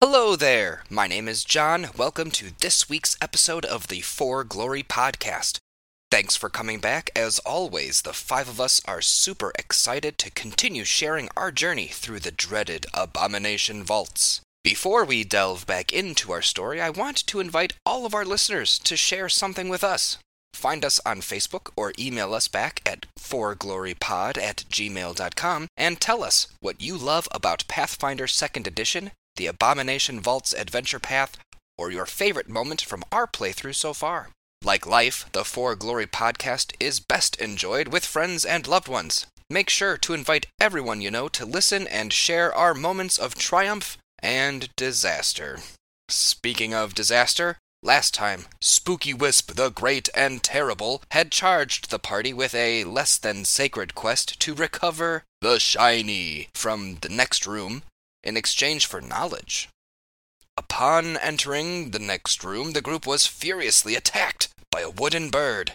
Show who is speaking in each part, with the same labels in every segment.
Speaker 1: Hello there. My name is John. Welcome to this week's episode of the For Glory podcast. Thanks for coming back. As always, the five of us are super excited to continue sharing our journey through the dreaded Abomination Vaults. Before we delve back into our story, I want to invite all of our listeners to share something with us. Find us on Facebook or email us back at forglorypod at gmail.com and tell us what you love about Pathfinder 2nd Edition, the Abomination Vault's Adventure Path, or your favorite moment from our playthrough so far. Like life, the For Glory podcast is best enjoyed with friends and loved ones. Make sure to invite everyone you know to listen and share our moments of triumph and disaster. Speaking of disaster, Last time, Spooky Wisp the Great and Terrible had charged the party with a less than sacred quest to recover the Shiny from the next room in exchange for knowledge. Upon entering the next room, the group was furiously attacked by a wooden bird.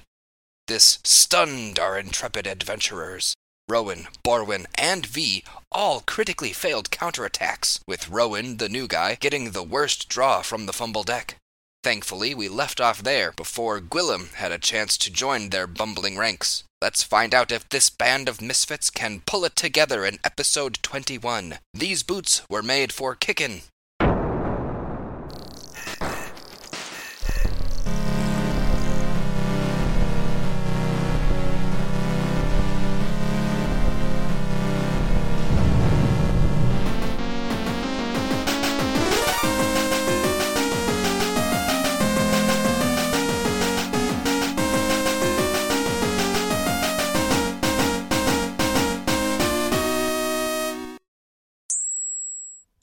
Speaker 1: This stunned our intrepid adventurers. Rowan, Borwin, and V all critically failed counterattacks, with Rowan, the new guy, getting the worst draw from the fumble deck. Thankfully, we left off there before Gwillem had a chance to join their bumbling ranks. Let's find out if this band of misfits can pull it together in episode 21. These boots were made for kickin'.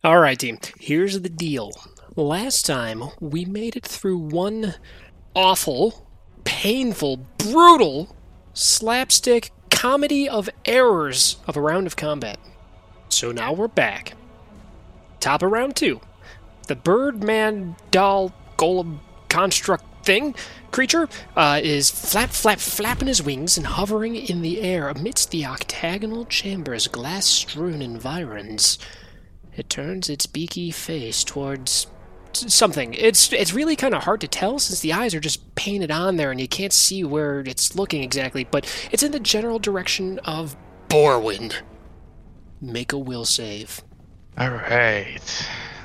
Speaker 2: All right, team. Here's the deal. Last time we made it through one awful, painful, brutal slapstick comedy of errors of a round of combat. So now we're back. Top of round two. The Birdman doll golem construct thing, creature, uh, is flap, flap, flapping his wings and hovering in the air amidst the octagonal chamber's glass strewn environs. It turns its beaky face towards s- something. It's it's really kind of hard to tell since the eyes are just painted on there and you can't see where it's looking exactly, but it's in the general direction of Borwind. Make a will save.
Speaker 3: All right.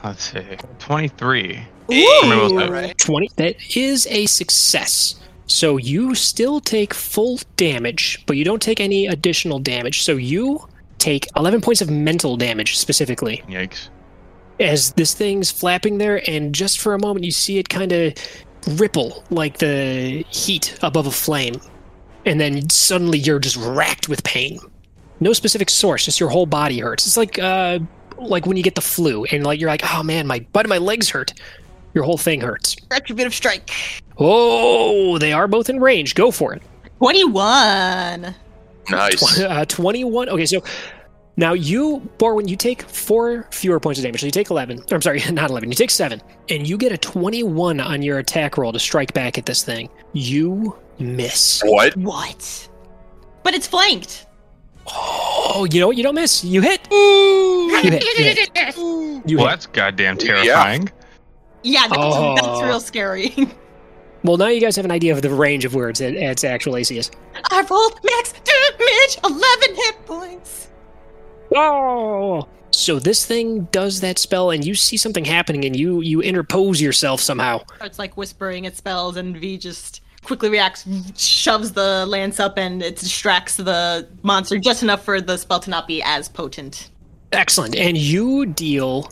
Speaker 3: Let's see. 23. All right.
Speaker 2: 20. That is a success. So you still take full damage, but you don't take any additional damage. So you take 11 points of mental damage specifically.
Speaker 3: Yikes.
Speaker 2: as this thing's flapping there, and just for a moment, you see it kind of ripple like the heat above a flame. And then suddenly you're just racked with pain. No specific source, just your whole body hurts. It's like uh, like when you get the flu, and like you're like, oh man, my butt and my legs hurt. Your whole thing hurts.
Speaker 4: Retributive strike.
Speaker 2: Oh, they are both in range. Go for it.
Speaker 4: 21.
Speaker 5: Nice.
Speaker 2: Uh, 21. Okay, so now you, Borwin, you take four fewer points of damage. So you take 11. I'm sorry, not 11. You take seven. And you get a 21 on your attack roll to strike back at this thing. You miss.
Speaker 5: What?
Speaker 4: What? But it's flanked.
Speaker 2: Oh, you know what? You don't miss. You hit. You hit. You hit. You hit.
Speaker 3: Well, that's goddamn terrifying.
Speaker 4: Yeah, that's,
Speaker 2: Oh.
Speaker 4: that's real scary.
Speaker 2: Well, now you guys have an idea of the range of words that its actual AC is.
Speaker 4: I rolled max damage, 11 hit points.
Speaker 2: Oh. So this thing does that spell, and you see something happening, and you you interpose yourself somehow.
Speaker 4: Starts like whispering at spells, and V just quickly reacts, shoves the lance up, and it distracts the monster just enough for the spell to not be as potent.
Speaker 2: Excellent. And you deal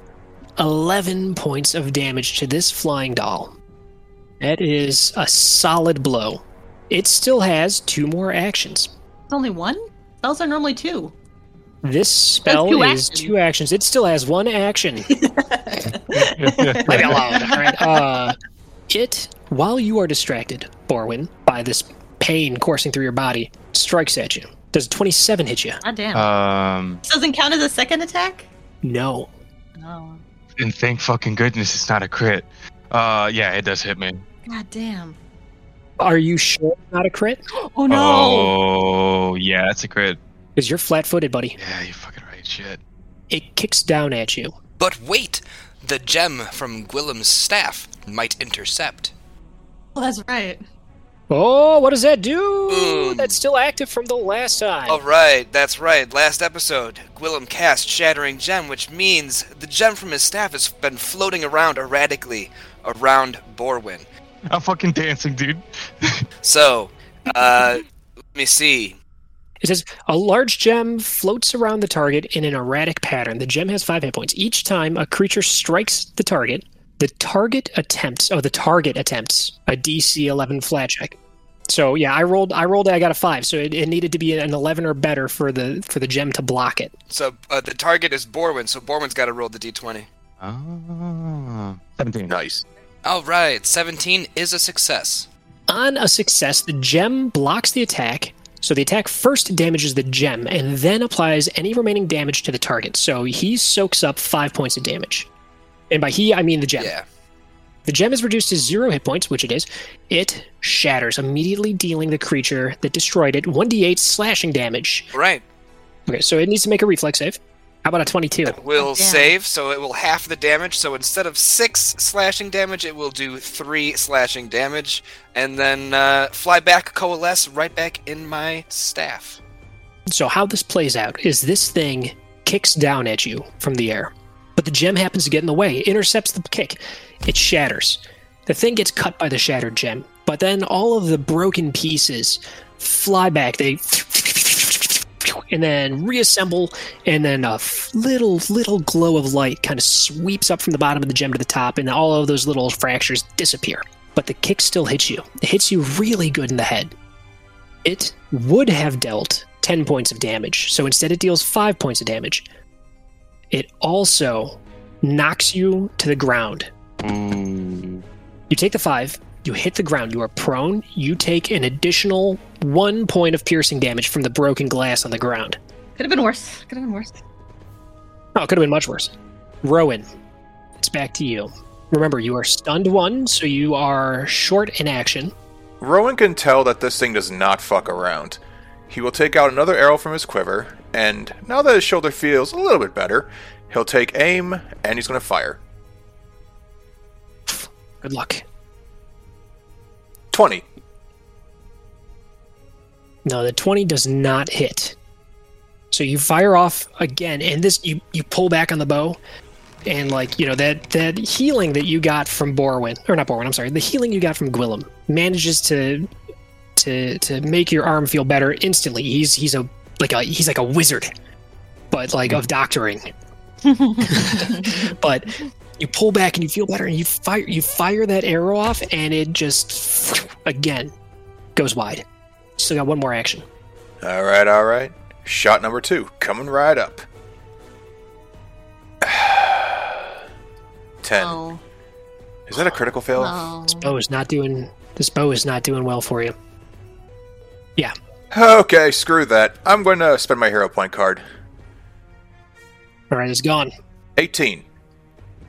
Speaker 2: 11 points of damage to this flying doll. That is a solid blow. It still has two more actions.
Speaker 4: It's only one? Spells are normally two.
Speaker 2: This spell
Speaker 4: two
Speaker 2: is
Speaker 4: actions.
Speaker 2: two actions. It still has one action. Leave me alone. All right. Uh, it, while you are distracted, Borwin, by this pain coursing through your body, strikes at you. Does 27 hit you?
Speaker 4: God damn.
Speaker 3: um,
Speaker 4: This doesn't count as a second attack?
Speaker 2: No.
Speaker 4: No.
Speaker 3: and thank fucking goodness it's not a crit. Uh, yeah, it does hit me.
Speaker 4: God damn.
Speaker 2: Are you sure it's not a crit?
Speaker 4: Oh no.
Speaker 3: Oh, yeah, that's a crit.
Speaker 2: Because you're flat footed, buddy.
Speaker 3: Yeah, you're fucking right. Shit.
Speaker 2: It kicks down at you.
Speaker 1: But wait, the gem from Gwillem's staff might intercept.
Speaker 4: Well, that's right.
Speaker 2: Oh, what does that do?
Speaker 1: Mm.
Speaker 2: That's still active from the last time.
Speaker 1: All right, that's right. Last episode, Gwillem cast Shattering Gem, which means the gem from his staff has been floating around erratically around Borwin.
Speaker 3: I'm fucking dancing, dude.
Speaker 1: So, uh, let me see.
Speaker 2: It says a large gem floats around the target in an erratic pattern. The gem has five hit points. Each time a creature strikes the target, the target attempts. Oh, the target attempts a DC 11 flat check. So yeah, I rolled. I rolled. I got a five. So it, it needed to be an 11 or better for the for the gem to block it.
Speaker 1: So uh, the target is Borwin, so Borwin's got to roll the d20.
Speaker 3: Oh, 17.
Speaker 5: Nice.
Speaker 1: All right, 17 is a success.
Speaker 2: On a success, the gem blocks the attack. So the attack first damages the gem and then applies any remaining damage to the target. So he soaks up five points of damage. And by he, I mean the gem.
Speaker 1: Yeah.
Speaker 2: The gem is reduced to zero hit points, which it is. It shatters, immediately dealing the creature that destroyed it 1d8 slashing damage.
Speaker 1: All right.
Speaker 2: Okay, so it needs to make a reflex save. How about a 22?
Speaker 1: Will
Speaker 4: Damn.
Speaker 1: save, so it will half the damage. So instead of six slashing damage, it will do three slashing damage, and then uh, fly back, coalesce right back in my staff.
Speaker 2: So, how this plays out is this thing kicks down at you from the air, but the gem happens to get in the way, intercepts the kick, it shatters. The thing gets cut by the shattered gem, but then all of the broken pieces fly back. They and then reassemble, and then a f- little little glow of light kind of sweeps up from the bottom of the gem to the top, and all of those little fractures disappear. But the kick still hits you. It hits you really good in the head. It would have dealt 10 points of damage, so instead it deals 5 points of damage. It also knocks you to the ground.
Speaker 3: Ooh.
Speaker 2: You take the 5, you hit the ground, you are prone, you take an additional 1 point of piercing damage from the broken glass on the ground.
Speaker 4: Could have been worse. Could have been worse.
Speaker 2: Oh, it could have been much worse. Rowan, it's back to you. Remember, you are stunned 1, so you are short in action.
Speaker 5: Rowan can tell that this thing does not fuck around. He will take out another arrow from his quiver, and now that his shoulder feels a little bit better, he'll take aim and he's going to fire.
Speaker 2: Good luck.
Speaker 5: 20.
Speaker 2: No, the 20 does not hit. So you fire off again, and this you you pull back on the bow, and like you know that that healing that you got from Borwin or not Borwin, I'm sorry, the healing you got from Gwillem manages to to to make your arm feel better instantly. He's he's a like a he's like a wizard, but like of doctoring. but you pull back and you feel better, and you fire you fire that arrow off, and it just again goes wide. Still got one more action.
Speaker 5: All right, all right. Shot number two, coming right up. 10.
Speaker 4: Oh,
Speaker 5: Is that a critical fail?
Speaker 4: oh.
Speaker 2: bow is not doing this bow is not doing well for you. Yeah.
Speaker 5: Okay, screw that. I'm going to spend my hero point card.
Speaker 2: All right, it's gone.
Speaker 5: 18.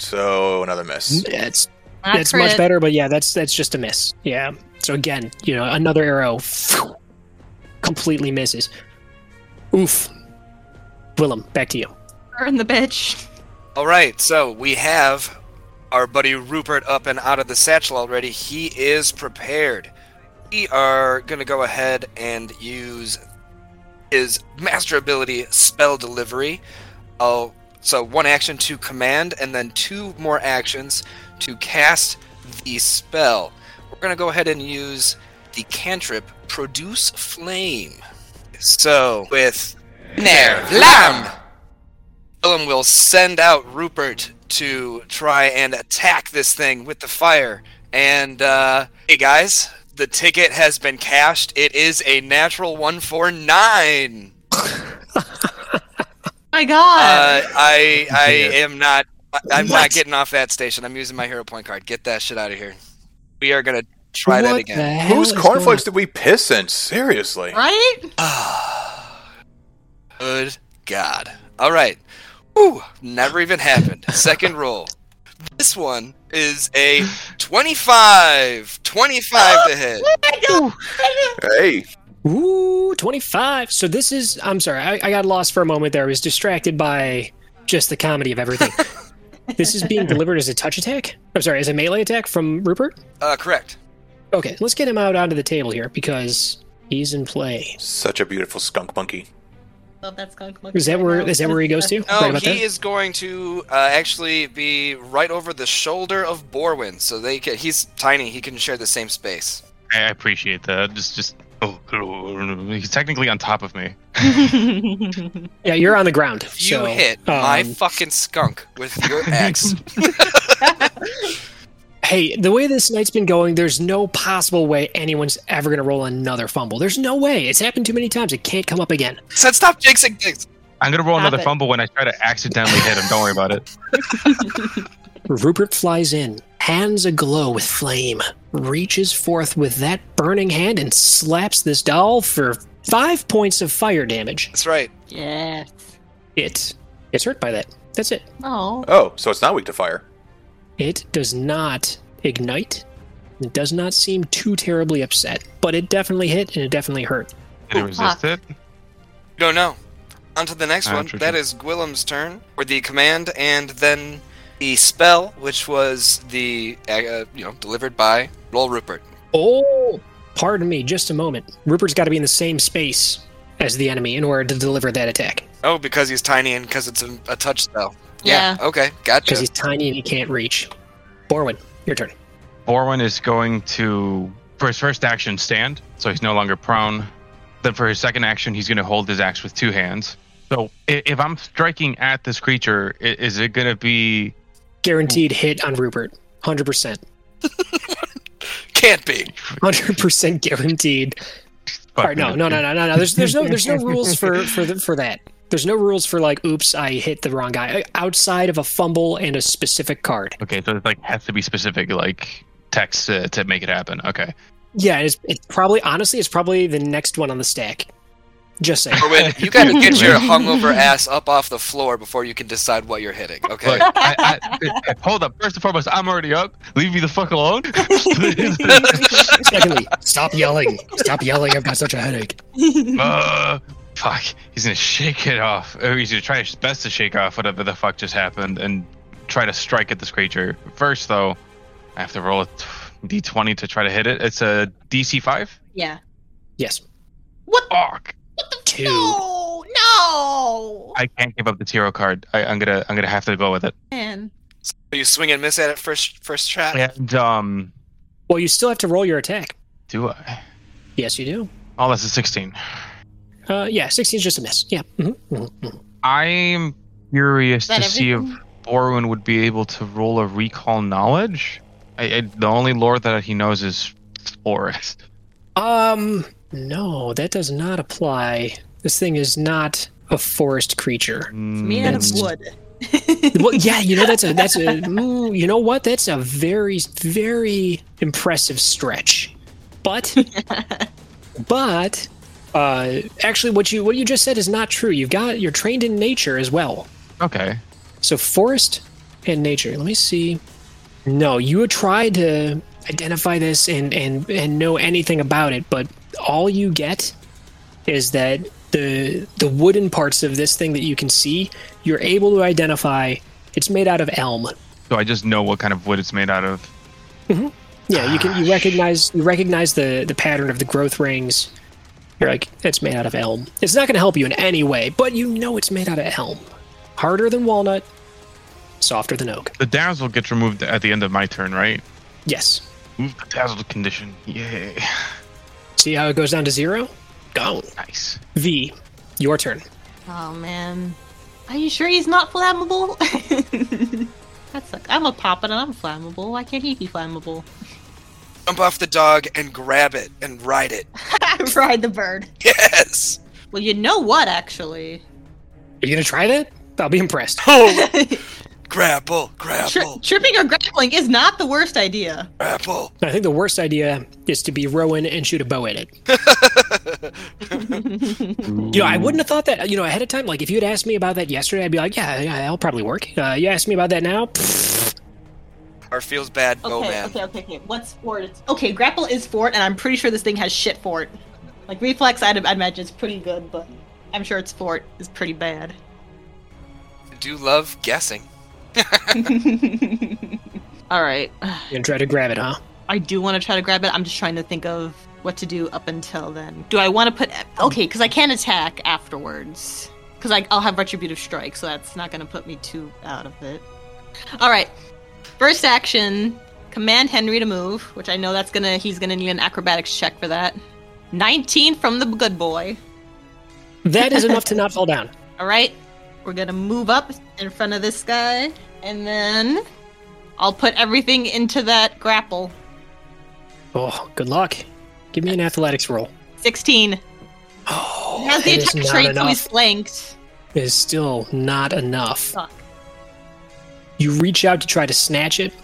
Speaker 5: So, another miss.
Speaker 2: That's
Speaker 4: Not
Speaker 2: that's
Speaker 4: crit.
Speaker 2: much better, but yeah, that's that's just a miss. Yeah. So again, you know, another arrow phew, completely misses. Oof. Willem, back to you.
Speaker 4: Burn the bitch.
Speaker 1: All right, so we have our buddy Rupert up and out of the satchel already. He is prepared. We are going to go ahead and use his master ability spell delivery. Oh, so one action to command and then two more actions to cast the spell. We're going to go ahead and use the cantrip produce flame. So, with Ner Lam Willem will send out Rupert to try and attack this thing with the fire. And, uh, hey guys, the ticket has been cashed. It is a natural 149.
Speaker 4: My
Speaker 1: Uh,
Speaker 4: God.
Speaker 1: I, I am not. I- I'm not
Speaker 2: What?
Speaker 1: getting off that station. I'm using my hero point card. Get that shit out of here. We are gonna try that
Speaker 2: What the
Speaker 1: again.
Speaker 2: hell
Speaker 5: Whose
Speaker 2: is going
Speaker 5: cornflakes did we piss in? Seriously.
Speaker 4: right?
Speaker 1: Good God. All right. Woo! Never even happened. Second roll. This one is a 25. 25 to hit.
Speaker 5: Hey.
Speaker 2: on? Ooh, 25. So this is I'm sorry, I, I got lost for a moment there. I was distracted by just the comedy of everything. This is being delivered as a touch attack? I'm sorry, as a melee attack from Rupert?
Speaker 1: Uh, correct.
Speaker 2: Okay, let's get him out onto the table here because he's in play.
Speaker 5: Such a beautiful skunk monkey.
Speaker 4: Love that skunk monkey.
Speaker 2: Is that where is that where he goes to?
Speaker 1: No,
Speaker 2: right about
Speaker 1: he
Speaker 2: that?
Speaker 1: is going to uh, actually be right over the shoulder of Borwin, so they can, he's tiny. He can share the same space.
Speaker 3: I I appreciate that. Just, just. Oh, he's technically on top of me.
Speaker 2: yeah, you're on the ground.
Speaker 1: You
Speaker 2: so,
Speaker 1: hit my
Speaker 2: um,
Speaker 1: fucking skunk with your axe.
Speaker 2: hey, the way this night's been going, there's no possible way anyone's ever gonna roll another fumble. There's no way. It's happened too many times. It can't come up again.
Speaker 1: Said stop jinxing things.
Speaker 3: I'm gonna roll
Speaker 4: Stop
Speaker 3: another
Speaker 4: it.
Speaker 3: fumble when I try to accidentally hit him. Don't worry about it.
Speaker 2: Rupert flies in, hands aglow with flame, reaches forth with that burning hand and slaps this doll for five points of fire damage.
Speaker 1: That's right.
Speaker 4: Yes.
Speaker 2: It gets hurt by that. That's it.
Speaker 4: Oh.
Speaker 5: Oh, so it's not weak to fire.
Speaker 2: It does not ignite. It does not seem too terribly upset, but it definitely hit and it definitely hurt.
Speaker 3: Did he
Speaker 4: Oh,
Speaker 3: resist it?
Speaker 1: No, no. On to the next
Speaker 3: Ah,
Speaker 1: one.
Speaker 3: true,
Speaker 1: That
Speaker 3: true.
Speaker 1: is Gwillem's turn, or the command, and then the spell, which was the uh, you know delivered by Roll Rupert.
Speaker 2: Oh, pardon me, just a moment. Rupert's got to be in the same space as the enemy in order to deliver that attack
Speaker 1: Oh, because he's tiny and because it's a, a touch spell.
Speaker 4: Yeah.
Speaker 1: Okay.
Speaker 2: because
Speaker 1: Gotcha.
Speaker 2: he's tiny and he can't reach. Borwin, your turn.
Speaker 3: Borwin is going to, for his first action, stand, so he's no longer prone. Then for his second action, he's going to hold his axe with two hands. So i- if I'm striking at this creature, i- is it going to be?
Speaker 2: Guaranteed hit on Rupert. 100%.
Speaker 1: Can't be.
Speaker 2: 100% guaranteed. All right, no, no, no, no, no, no. There's, there's no, there's no rules for for the, for that. There's no rules for like, oops, I hit the wrong guy. Uh, Outside of a fumble and a specific card.
Speaker 3: Okay, so it's like has to be specific, like text to, to make it happen. Okay.
Speaker 2: Yeah, and it's, it's probably honestly, it's probably the next one on the stack. Just saying.
Speaker 1: When you gotta get your hungover ass up off the floor before you can decide what you're hitting. Okay.
Speaker 3: Look, I, I, hold up. First and foremost, I'm already up. Leave me the fuck alone. uh,
Speaker 2: Secondly, stop yelling. Stop yelling. I've got such a headache.
Speaker 3: Uh, fuck. He's gonna shake it off. Or he's gonna try his best to shake off whatever the fuck just happened and try to strike at this creature. First, though, I have to roll a t- d20 to try to hit it. It's a DC5.
Speaker 4: Yeah.
Speaker 2: Yes.
Speaker 3: Fuck.
Speaker 2: Two.
Speaker 4: No. No.
Speaker 3: I can't give up the hero card. I, I'm gonna. I'm gonna have to go with it.
Speaker 4: Man.
Speaker 1: you swing and miss at it first first shot.
Speaker 3: And um,
Speaker 2: Well, you still have to roll your attack.
Speaker 3: do I?
Speaker 2: Yes, you do.
Speaker 3: Oh, that's a 16.
Speaker 2: Uh, yeah, 16 is just a miss. Yeah. hmm hmm
Speaker 3: I'm curious
Speaker 4: Is that
Speaker 3: to see if
Speaker 4: everything?
Speaker 3: Borwin would be able to roll a recall knowledge. I, I, the only lore that he knows is forest.
Speaker 2: Um, no, that does not apply. This thing is not a forest creature.
Speaker 4: Made out of
Speaker 3: Mm,
Speaker 4: wood.
Speaker 2: well, yeah, you know that's a that's a mm, you know what that's a very very impressive stretch, but but uh, actually, what you what you just said is not true. You've got you're trained in nature as well,
Speaker 3: Okay.
Speaker 2: so forest and nature. Let me see. No, you would try to identify this and and and know anything about it, but all you get is that the the wooden parts of this thing that you can see, you're able to identify. It's made out of elm.
Speaker 3: So I just know what kind of wood it's made out of.
Speaker 2: Yeah, you can you recognize you recognize the the pattern of the growth rings. You're like, it's made out of elm. It's not going to help you in any way, but you know it's made out of elm. Harder than walnut, softer than oak.
Speaker 3: The dazzle gets removed at the end of my turn, right?
Speaker 2: Yes.
Speaker 3: Move the dazzle condition. Yay.
Speaker 2: See how it goes down to zero? Gone.
Speaker 3: Nice.
Speaker 2: V, your turn.
Speaker 4: Oh man. Are you sure he's not flammable? that sucks. I'm a poppin' and I'm flammable. Why can't he be flammable?
Speaker 1: Jump off the dog and grab it and ride it.
Speaker 4: Ride the bird.
Speaker 1: Yes.
Speaker 4: Well, you know what, actually.
Speaker 2: Are you going to try that? I'll be impressed.
Speaker 1: Oh. grapple, grapple,
Speaker 4: Tri- tripping or grappling is not the worst idea.
Speaker 1: grapple.
Speaker 2: I think the worst idea is to be Rowan and shoot a bow at it. you know, I wouldn't have thought that, you know, ahead of time. Like, if you had asked me about that yesterday, I'd be like, yeah, yeah, that'll probably work. Uh, you asked me about that now? Pfft.
Speaker 1: Or feels bad,
Speaker 4: Okay,
Speaker 1: bow man.
Speaker 4: okay, okay, okay. What's fort? Okay, grapple is fort, and I'm pretty sure this thing has shit fort. Like reflex, I'd, I'd imagine it's pretty good, but I'm sure its fort is pretty bad.
Speaker 1: Do love guessing.
Speaker 4: All right.
Speaker 2: You're gonna try to grab it, huh?
Speaker 4: I do want to try to grab it. I'm just trying to think of what to do up until then. Do I want to put okay? Because I can attack afterwards. Because I'll have retributive strike, so that's not going to put me too out of it. All right. First action: command Henry to move, which I know that's gonna he's gonna need an acrobatics check for that. 19 from the good boy.
Speaker 2: That is enough to not fall down.
Speaker 4: All right. We're going to move up in front of this guy. And then I'll put everything into that grapple.
Speaker 2: Oh, good luck. Give me an athletics roll.
Speaker 4: 16.
Speaker 2: Oh,
Speaker 4: He has the
Speaker 2: that is
Speaker 4: attack
Speaker 2: not
Speaker 4: trait, so
Speaker 2: enough.
Speaker 4: he's flanked.
Speaker 2: It is still not enough.
Speaker 4: Fuck.
Speaker 2: You reach out to try to snatch it,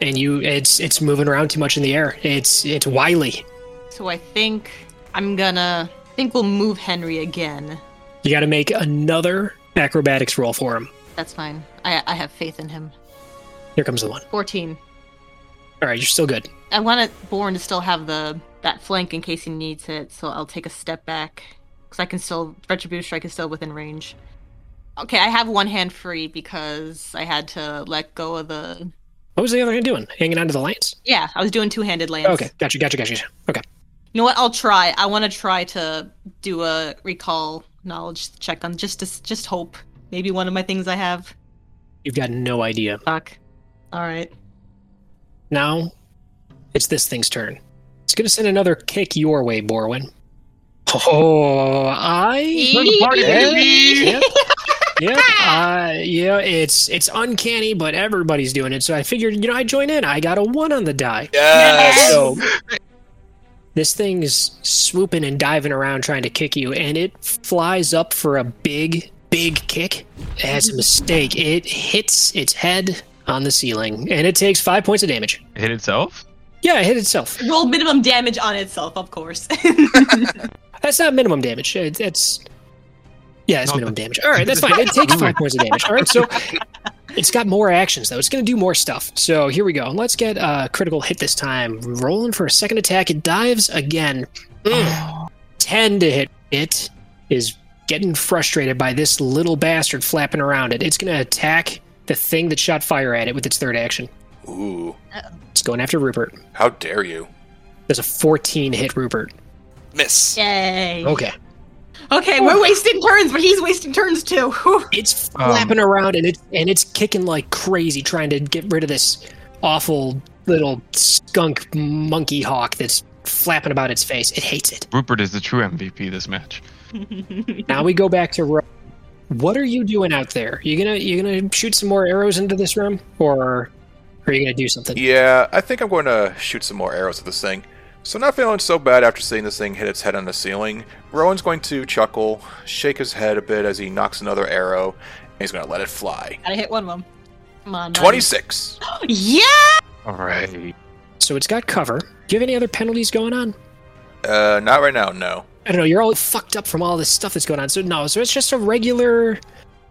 Speaker 2: and you it's it's moving around too much in the air. It's it's wily.
Speaker 4: So I think I'm going to. I think we'll move Henry again.
Speaker 2: You got to make another acrobatics roll for him.
Speaker 4: That's fine. I, I have faith in him.
Speaker 2: Here comes the one.
Speaker 4: 14.
Speaker 2: All right, you're still good.
Speaker 4: I want it Born to still have the that flank in case he needs it, so I'll take a step back because I can still retributive strike is still within range. Okay, I have one hand free because I had to let go of the.
Speaker 2: What was the other hand doing? Hanging onto the lance?
Speaker 4: Yeah, I was doing two-handed lance.
Speaker 2: Okay, gotcha, gotcha, gotcha. gotcha. Okay,
Speaker 4: You know what? I'll try. I want to try to do a recall knowledge check on just to, s- just hope maybe one of my things I have.
Speaker 2: you've got no idea.
Speaker 4: Fuck. All right.
Speaker 2: Now, it's this thing's turn. It's gonna send another kick your way, Borwin. Oh, I. Yeah. yeah, uh, yeah, it's it's uncanny, but everybody's doing it. So I figured, you know, I join in. I got a one on the die.
Speaker 1: Yes.
Speaker 2: So this thing is swooping and diving around trying to kick you, and it flies up for a big, big kick. As a mistake, it hits its head on the ceiling, and it takes five points of damage.
Speaker 3: It hit itself?
Speaker 2: Yeah, it hit itself.
Speaker 4: Roll minimum damage on itself, of course.
Speaker 2: That's not minimum damage. It, it's yeah, it's
Speaker 3: No,
Speaker 2: minimum damage. All right, that's fine. It takes five points of damage. All right, so it's got more actions though. It's going to do more stuff. So here we go. Let's get a critical hit this time. Rolling for a second attack. It dives again. Mm. Ten to hit. It is getting frustrated by this little bastard flapping around it. It's going to attack the thing that shot fire at it with its third action.
Speaker 5: Ooh,
Speaker 2: It's going after Rupert.
Speaker 5: how dare you?
Speaker 2: There's a 14 hit Rupert.
Speaker 1: Miss.
Speaker 4: Yay.
Speaker 2: Okay.
Speaker 4: Okay, we're wasting turns, but he's wasting turns too. Whew.
Speaker 2: It's
Speaker 3: Um,
Speaker 2: flapping around and it's and it's kicking like crazy, trying to get rid of this awful little skunk monkey hawk that's flapping about its face. It hates it.
Speaker 3: Rupert is the true MVP this match.
Speaker 2: Now we go back to Ro- what are you doing out there? You gonna you gonna shoot some more arrows into this room, or are you gonna do something?
Speaker 5: Yeah, I think I'm going to shoot some more arrows at this thing. So, not feeling so bad after seeing this thing hit its head on the ceiling, Rowan's going to chuckle, shake his head a bit as he knocks another arrow, and he's going to let it fly.
Speaker 4: Gotta hit one of them. Come on.
Speaker 5: 26.
Speaker 4: buddy. Yeah!
Speaker 3: All right.
Speaker 2: So it's got cover. Do you have any other penalties going on?
Speaker 5: Uh, not right now, no.
Speaker 2: I don't know. You're all fucked up from all this stuff that's going on. So no. So it's just a regular,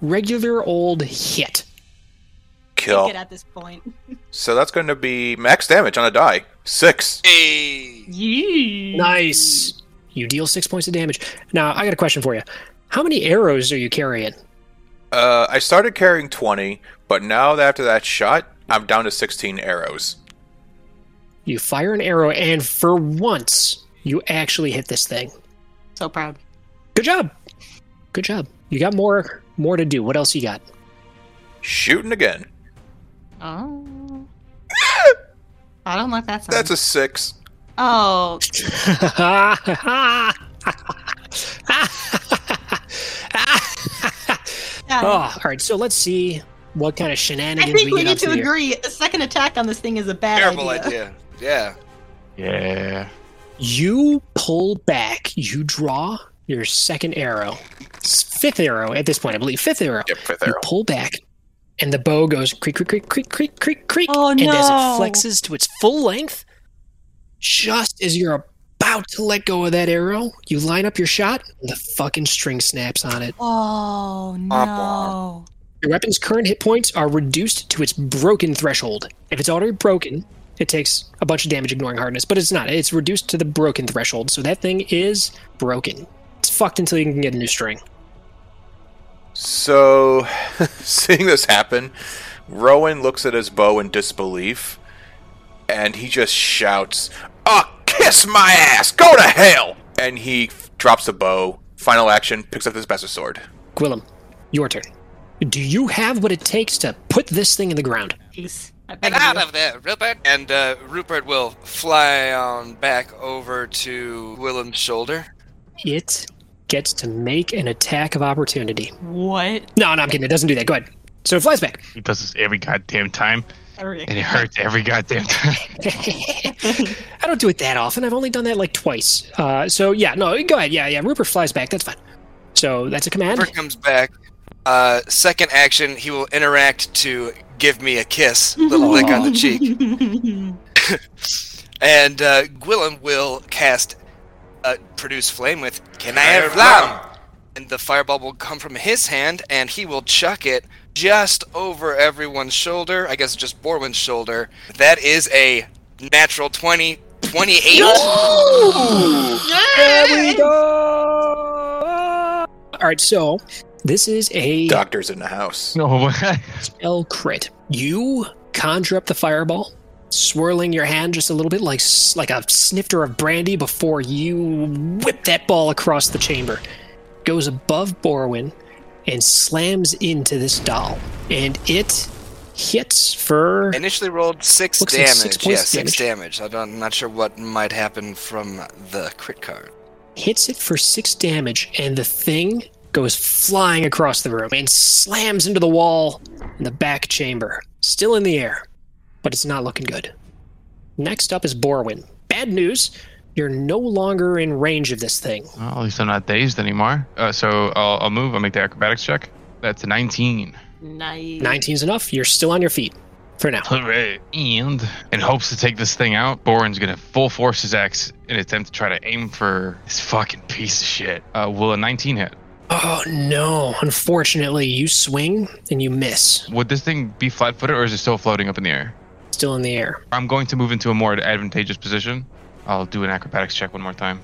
Speaker 2: regular old hit.
Speaker 5: Kill.
Speaker 4: Get at this point.
Speaker 5: So, that's going to be max damage on a die. Six.
Speaker 1: Hey.
Speaker 4: Yeah.
Speaker 2: Nice. You deal six points of damage. Now, I got a question for you. How many arrows are you carrying?
Speaker 5: Uh, I started carrying 20, but now that after that shot, I'm down to 16 arrows.
Speaker 2: You fire an arrow, and for once, you actually hit this thing.
Speaker 4: So proud.
Speaker 2: Good job. Good job. You got more more to do. What else you got?
Speaker 5: Shooting again.
Speaker 4: Oh. I don't like that sound.
Speaker 5: That's a six.
Speaker 4: oh,
Speaker 2: oh, all right. So let's see what kind of
Speaker 4: I
Speaker 2: shenanigans
Speaker 4: think
Speaker 2: we
Speaker 4: we
Speaker 2: get
Speaker 4: need
Speaker 2: up
Speaker 4: to
Speaker 2: to here.
Speaker 4: agree. A second attack on this thing is a bad
Speaker 1: Terrible
Speaker 4: idea.
Speaker 1: idea. Yeah.
Speaker 3: Yeah.
Speaker 2: You pull back. You draw your second arrow. Fifth arrow at this point, I believe. Fifth arrow.
Speaker 5: Yep, fifth
Speaker 2: You
Speaker 5: arrow.
Speaker 2: pull back, and the bow goes creak, creak, creak, creak, creak, creak, creak.
Speaker 4: Oh,
Speaker 2: And as it
Speaker 4: no.
Speaker 2: flexes to its full length, just as you're about to let go of that arrow, you line up your shot, and the fucking string snaps on it.
Speaker 4: Oh, no.
Speaker 2: Your weapon's current hit points are reduced to its broken threshold. If it's already broken, it takes a bunch of damage ignoring hardness, but it's not. It's reduced to the broken threshold, so that thing is broken. It's fucked until you can get a new string.
Speaker 5: So, seeing this happen, Rowan looks at his bow in disbelief, and he just shouts, "Ah, kiss my ass! Go to hell!" And he f- drops the bow. Final action: picks up his best sword.
Speaker 2: Gwillem, your turn. Do you have what it takes to put this thing in the ground?
Speaker 4: Jeez. I beg
Speaker 1: Get
Speaker 4: of
Speaker 1: out
Speaker 4: you.
Speaker 1: of there, Rupert! And uh, Rupert will fly on back over to Willem's shoulder.
Speaker 2: It gets to make an attack of opportunity.
Speaker 4: What?
Speaker 2: No, no, I'm kidding. It doesn't do that. Go ahead. So it flies back.
Speaker 3: He does this every goddamn time,
Speaker 4: Alright.
Speaker 3: and it hurts every goddamn time.
Speaker 2: I don't do it that often. I've only done that like twice. Uh, so yeah, no, go ahead. Yeah, yeah. Rupert flies back. That's fine. So that's a command.
Speaker 1: Rupert comes back. Uh, second action, he will interact to give me a kiss, little lick on the cheek. And uh, Gwillem will cast uh, Produce Flame with Can I Have Flame? And the fireball will come from his hand, and he will chuck it just over everyone's shoulder. I guess just Borwin's shoulder. That is a natural 20, 28.
Speaker 2: All right. So this is a
Speaker 5: Doctor's in the house.
Speaker 3: No,
Speaker 2: spell crit. You conjure up the fireball, swirling your hand just a little bit like s- like a snifter of brandy before you whip that ball across the chamber. Goes above Borwin and slams into this doll, and it hits for
Speaker 1: Initially rolled six
Speaker 2: Looks like
Speaker 1: damage.
Speaker 2: six
Speaker 1: yeah,
Speaker 2: points
Speaker 1: six damage. I don't- I'm not sure what might happen from the crit card.
Speaker 2: hits it for six damage, and the thing goes flying across the room and slams into the wall in the back chamber. Still in the air, but it's not looking good. Next up is Borwin. Bad news, you're no longer in range of this thing.
Speaker 3: Well, at least I'm not dazed anymore. Uh, so I'll, I'll move. I'll make the acrobatics check. That's a 19.
Speaker 4: Nice.
Speaker 2: 19's enough, you're still on your feet for now.
Speaker 3: Hooray. And in hopes to take this thing out, Boren's going to full force his axe in an attempt to try to aim for this fucking piece of shit. Uh, will a 19 hit?
Speaker 2: Oh no, unfortunately, you swing and you miss.
Speaker 3: Would this thing be flat footed or is it still floating up in the air?
Speaker 2: Still in the air.
Speaker 3: I'm going to move into a more advantageous position. I'll do an acrobatics check one more time.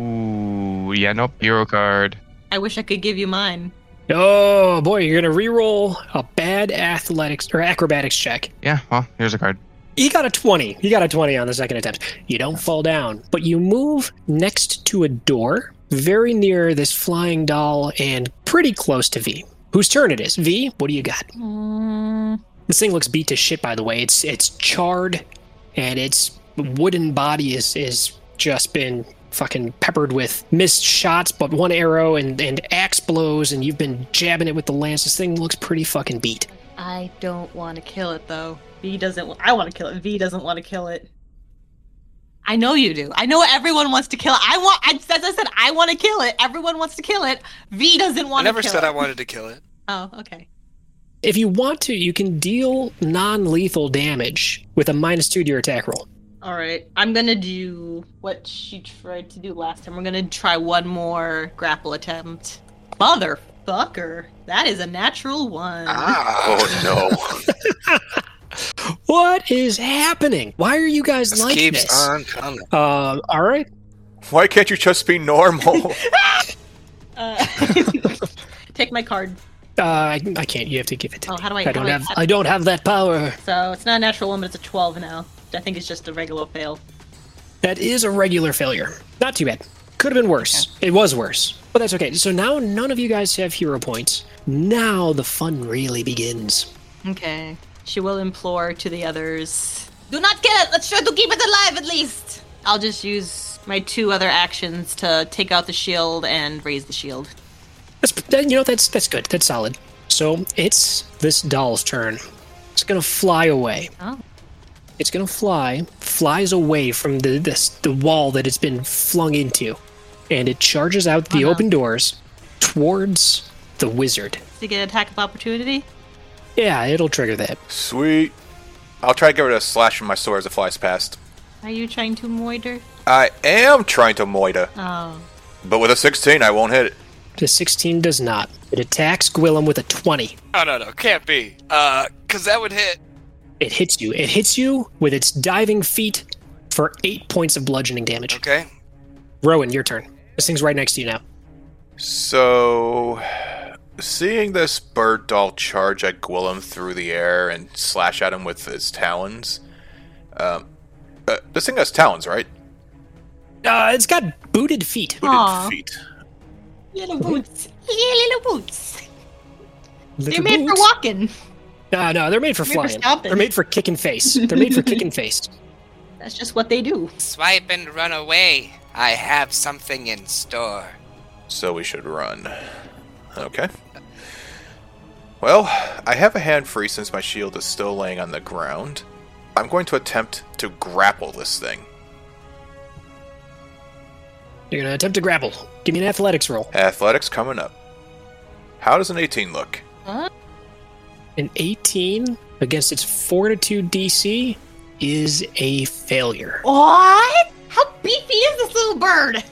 Speaker 3: Ooh, yeah, nope. Hero card.
Speaker 4: I wish I could give you mine.
Speaker 2: Oh boy, you're gonna reroll a bad athletics or acrobatics check.
Speaker 3: Yeah, well, here's a card.
Speaker 2: He got a 20. He got a 20 on the second attempt. You don't fall down, but you move next to a door, very near this flying doll and pretty close to V. Whose turn it is? V, what do you got?
Speaker 4: Mm,
Speaker 2: This thing looks beat to shit by the way. It's it's charred and its wooden body is is just been fucking peppered with missed shots but one arrow and and axe blows and you've been jabbing it with the lance. This thing looks pretty fucking beat.
Speaker 4: I don't want to kill it though. V doesn't. wa- I want to kill it. V doesn't want to kill it. I know you do. I know everyone wants to kill it. I want. I, as I said, I want to kill it. Everyone wants to kill it. V doesn't
Speaker 1: I
Speaker 4: want to
Speaker 1: never
Speaker 4: kill
Speaker 1: said
Speaker 4: it.
Speaker 1: I wanted to kill it.
Speaker 4: Oh, okay.
Speaker 2: If you want to, you can deal non lethal damage with a minus two to your attack roll.
Speaker 4: All right. I'm gonna do what she tried to do last time. We're gonna try one more grapple attempt. Motherfucker, that is a natural one.
Speaker 1: Ah.
Speaker 5: Oh no!
Speaker 2: What is happening? Why are you guys
Speaker 1: This
Speaker 2: like
Speaker 1: keeps
Speaker 2: this?
Speaker 1: on coming.
Speaker 2: Uh, all right.
Speaker 5: Why can't you just be normal?
Speaker 4: Uh, take my card.
Speaker 2: Uh, I, I can't. You have to give it. To
Speaker 4: Oh,
Speaker 2: me.
Speaker 4: how do I-
Speaker 2: I don't
Speaker 4: how do I-
Speaker 2: have. I don't have that power.
Speaker 4: So it's not a natural one, but it's a 12 now. I think it's just a regular fail.
Speaker 2: That is a regular failure. Not too bad. Could have been worse. It was worse. But that's okay. So now none of you guys have hero points. Now the fun really begins.
Speaker 4: Okay. She will implore to the others Do not kill it! Let's try to keep it alive at least! I'll just use my two other actions to take out the shield and raise the shield.
Speaker 2: That's that, you know that's that's good. That's solid. So it's this doll's turn. It's gonna fly away.
Speaker 4: Oh.
Speaker 2: It's gonna fly, flies away from the this, the wall that it's been flung into, and it charges out the open doors towards the wizard.
Speaker 4: To get an attack of opportunity?
Speaker 2: Yeah, it'll trigger that.
Speaker 5: Sweet. I'll try to give it a slash from my sword as it flies past.
Speaker 4: Are you trying to moiter?
Speaker 5: I am trying to moita,
Speaker 4: Oh.
Speaker 5: but with a 16, I won't hit it.
Speaker 2: The 16 does not. It attacks Gwillem with a 20.
Speaker 1: Oh no no, can't be. Uh, cause that would hit.
Speaker 2: It hits you. It hits you with its diving feet for eight points of bludgeoning damage.
Speaker 1: Okay.
Speaker 2: Rowan, your turn. This thing's right next to you now.
Speaker 5: So Seeing this bird doll charge at Gwillem through the air and slash at him with his talons, um, uh, this thing has talons, right?
Speaker 2: Uh, it's got booted feet.
Speaker 5: Booted
Speaker 4: Aw.
Speaker 5: feet.
Speaker 4: Little boots. Yeah, little boots. They're
Speaker 2: Little
Speaker 4: made for
Speaker 2: boots.
Speaker 4: walking.
Speaker 2: No, no, they're made for
Speaker 4: They're made for
Speaker 2: flying.
Speaker 4: stomping.
Speaker 2: they're made for kicking face. They're made for kicking face.
Speaker 4: That's just what they do.
Speaker 1: Swipe and run away. I have something in store.
Speaker 5: So we should run. Okay. Well, I have a hand free since my shield is still laying on the ground. I'm going to attempt to grapple this thing.
Speaker 2: You're gonna attempt to grapple. Give me an athletics roll.
Speaker 5: Athletics coming up. How does an 18 look?
Speaker 2: An 18 against its fortitude DC is a failure.
Speaker 4: What? How beefy is this little bird?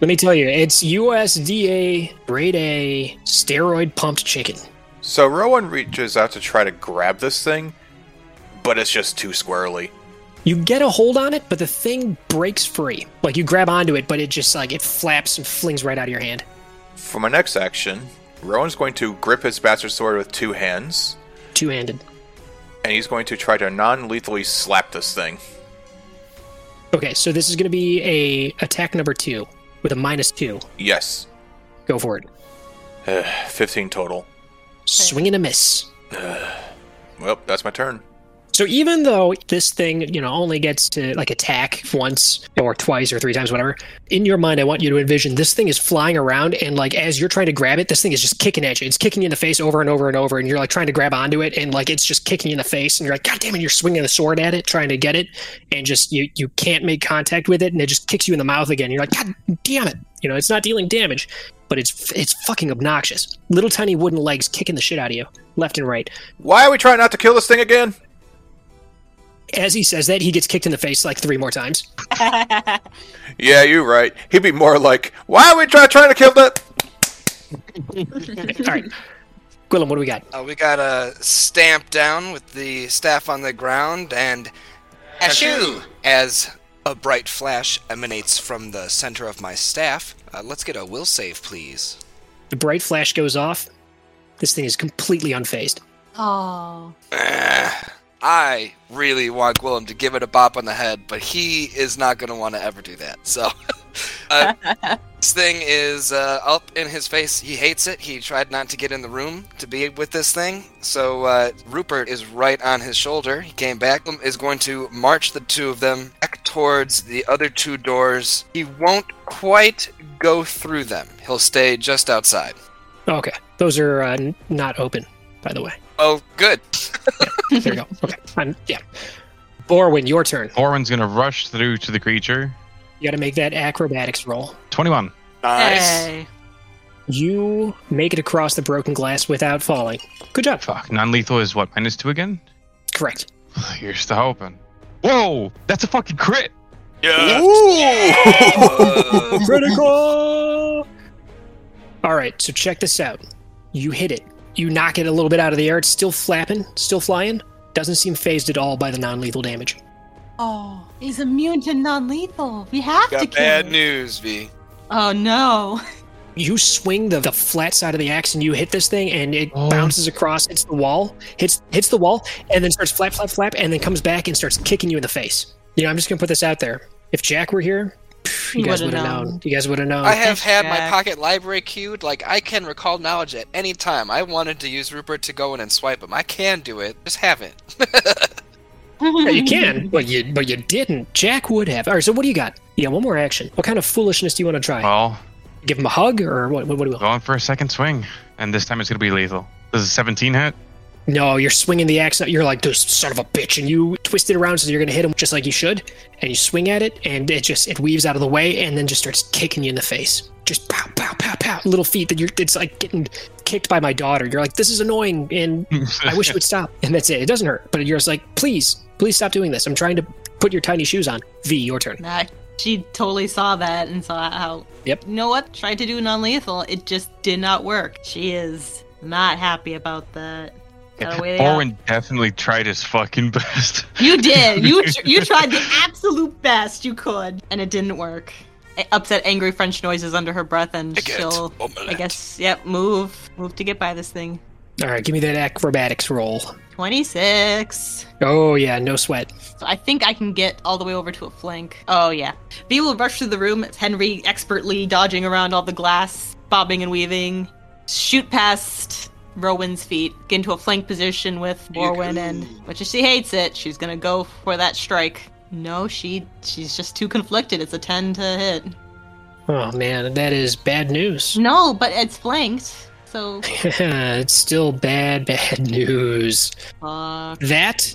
Speaker 2: Let me tell you, it's USDA grade A steroid pumped chicken.
Speaker 5: So Rowan reaches out to try to grab this thing, but it's just too squirrely.
Speaker 2: You get a hold on it, but the thing breaks free. Like you grab onto it, but it just like it flaps and flings right out of your hand.
Speaker 5: For my next action, Rowan's going to grip his bastard sword with two hands,
Speaker 2: Two handed.
Speaker 5: and he's going to try to non lethally slap this thing.
Speaker 2: Okay, so this is gonna be a attack number two with a minus two.
Speaker 5: Yes.
Speaker 2: Go for it.
Speaker 5: Ugh, 15 total.
Speaker 2: Swing and a miss.
Speaker 5: Well, that's my turn.
Speaker 2: So even though this thing, you know, only gets to like attack once or twice or three times, whatever, in your mind, I want you to envision this thing is flying around and like as you're trying to grab it, this thing is just kicking at you. It's kicking you in the face over and over and over, and you're like trying to grab onto it, and like it's just kicking you in the face, and you're like, God damn it, you're swinging the sword at it, trying to get it, and just you you can't make contact with it, and it just kicks you in the mouth again. You're like, God damn it, you know, it's not dealing damage, but it's it's fucking obnoxious. Little tiny wooden legs kicking the shit out of you, left and right.
Speaker 5: Why are we trying not to kill this thing again?
Speaker 2: As he says that, he gets kicked in the face like three more times.
Speaker 5: Yeah, you're right. He'd be more like, why are we try- trying to kill that?
Speaker 2: All right. Gwillem, what do we got?
Speaker 1: Uh, we got a stamp down with the staff on the ground and Ashoo! As a bright flash emanates from the center of my staff, uh, let's get a will save, please.
Speaker 2: The bright flash goes off. This thing is completely unfazed.
Speaker 4: Oh.
Speaker 1: I really want Gwillem to give it a bop on the head, but he is not going to want to ever do that. So, uh, this thing is uh, up in his face. He hates it. He tried not to get in the room to be with this thing. So, uh, Rupert is right on his shoulder. He came back, Gwillem is going to march the two of them back towards the other two doors. He won't quite go through them, he'll stay just outside.
Speaker 2: Okay. Those are uh, n- not open, by the way.
Speaker 1: Oh, good.
Speaker 2: There you go. Okay. I'm, yeah. Borwin, your turn.
Speaker 3: Orwin's gonna rush through to the creature.
Speaker 2: You got to make that acrobatics roll.
Speaker 3: Twenty-one.
Speaker 4: Hey.
Speaker 2: You make it across the broken glass without falling. Good job.
Speaker 3: Fuck. Non-lethal is what minus two again.
Speaker 2: Correct.
Speaker 3: You're still hoping. Whoa! That's a fucking crit.
Speaker 1: Uh,
Speaker 2: Critical! All right. So check this out. You hit it. You knock it a little bit out of the air. It's still flapping, still flying. Doesn't seem phased at all by the non lethal damage.
Speaker 4: Oh. He's immune to non-lethal. We have to
Speaker 1: got
Speaker 4: kill
Speaker 1: bad
Speaker 4: him.
Speaker 1: news, V.
Speaker 4: Oh no.
Speaker 2: you swing the, the flat side of the axe and you hit this thing and it
Speaker 3: Oh.
Speaker 2: bounces across hits the wall hits hits the wall and then starts flap flap flap and then comes back and starts kicking you in the face you know i'm just gonna put this out there if jack were here you
Speaker 4: He
Speaker 2: guys would
Speaker 4: would've
Speaker 2: have known.
Speaker 4: known.
Speaker 2: you guys would have known
Speaker 1: I have had my
Speaker 4: Jack.
Speaker 1: pocket library queued. Like, I can recall knowledge at any time. I wanted to use Rupert to go in and swipe him. I can do it, just haven't.
Speaker 2: Yeah, you can but you but you didn't jack would have all right so what do you got yeah one more action what kind of foolishness do you want to try
Speaker 3: Well,
Speaker 2: give him a hug or what what, what do we want
Speaker 3: going for a second swing, and this time it's gonna be lethal. Does a seventeen hit?
Speaker 2: no you're swinging the axe out you're like this son of a bitch and you twist it around so you're gonna hit him just like you should and you swing at it and it just it weaves out of the way and then just starts kicking you in the face just pow pow pow pow little feet that you're it's like getting kicked by my daughter you're like this is annoying and i wish it would stop and that's it it doesn't hurt but you're just like please please stop doing this i'm trying to put your tiny shoes on v your turn
Speaker 4: Nah, she totally saw that and saw how.
Speaker 2: Yep.
Speaker 4: You know what? Tried to do non-lethal. It just did not work. She is not happy about that. Gotta wait it out.
Speaker 3: Orwin definitely tried his fucking best.
Speaker 4: You did. You tr- you tried the absolute best you could, and it didn't work. upset, angry French noises under her breath, and
Speaker 1: Baguette,
Speaker 4: she'll, I
Speaker 1: omelette.
Speaker 4: guess, yep, move, move to get by this thing.
Speaker 2: All right, give me that acrobatics roll.
Speaker 4: Twenty-six.
Speaker 2: Oh yeah, no sweat.
Speaker 4: So I think I can get all the way over to a flank. Oh yeah. V will rush through the room. Henry expertly dodging around all the glass, bobbing and weaving, shoot past Rowan's feet, get into a flank position with Borwin, and which if she hates it, she's gonna go for that strike. No, she she's just too conflicted. It's a ten to hit.
Speaker 2: Oh man, that is bad news.
Speaker 4: No, but it's flanked. So
Speaker 2: it's still bad, bad news.
Speaker 4: uh,
Speaker 2: That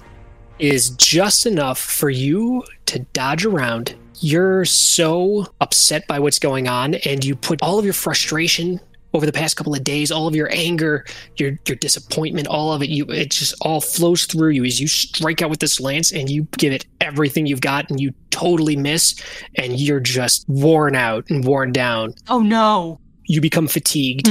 Speaker 2: is just enough for you to dodge around. You're so upset by what's going on, and you put all of your frustration over the past couple of days, all of your anger, your your disappointment, all of it, you it just all flows through you as you strike out with this lance and you give it everything you've got and you totally miss and you're just worn out and worn down.
Speaker 4: oh no.
Speaker 2: You become fatigued.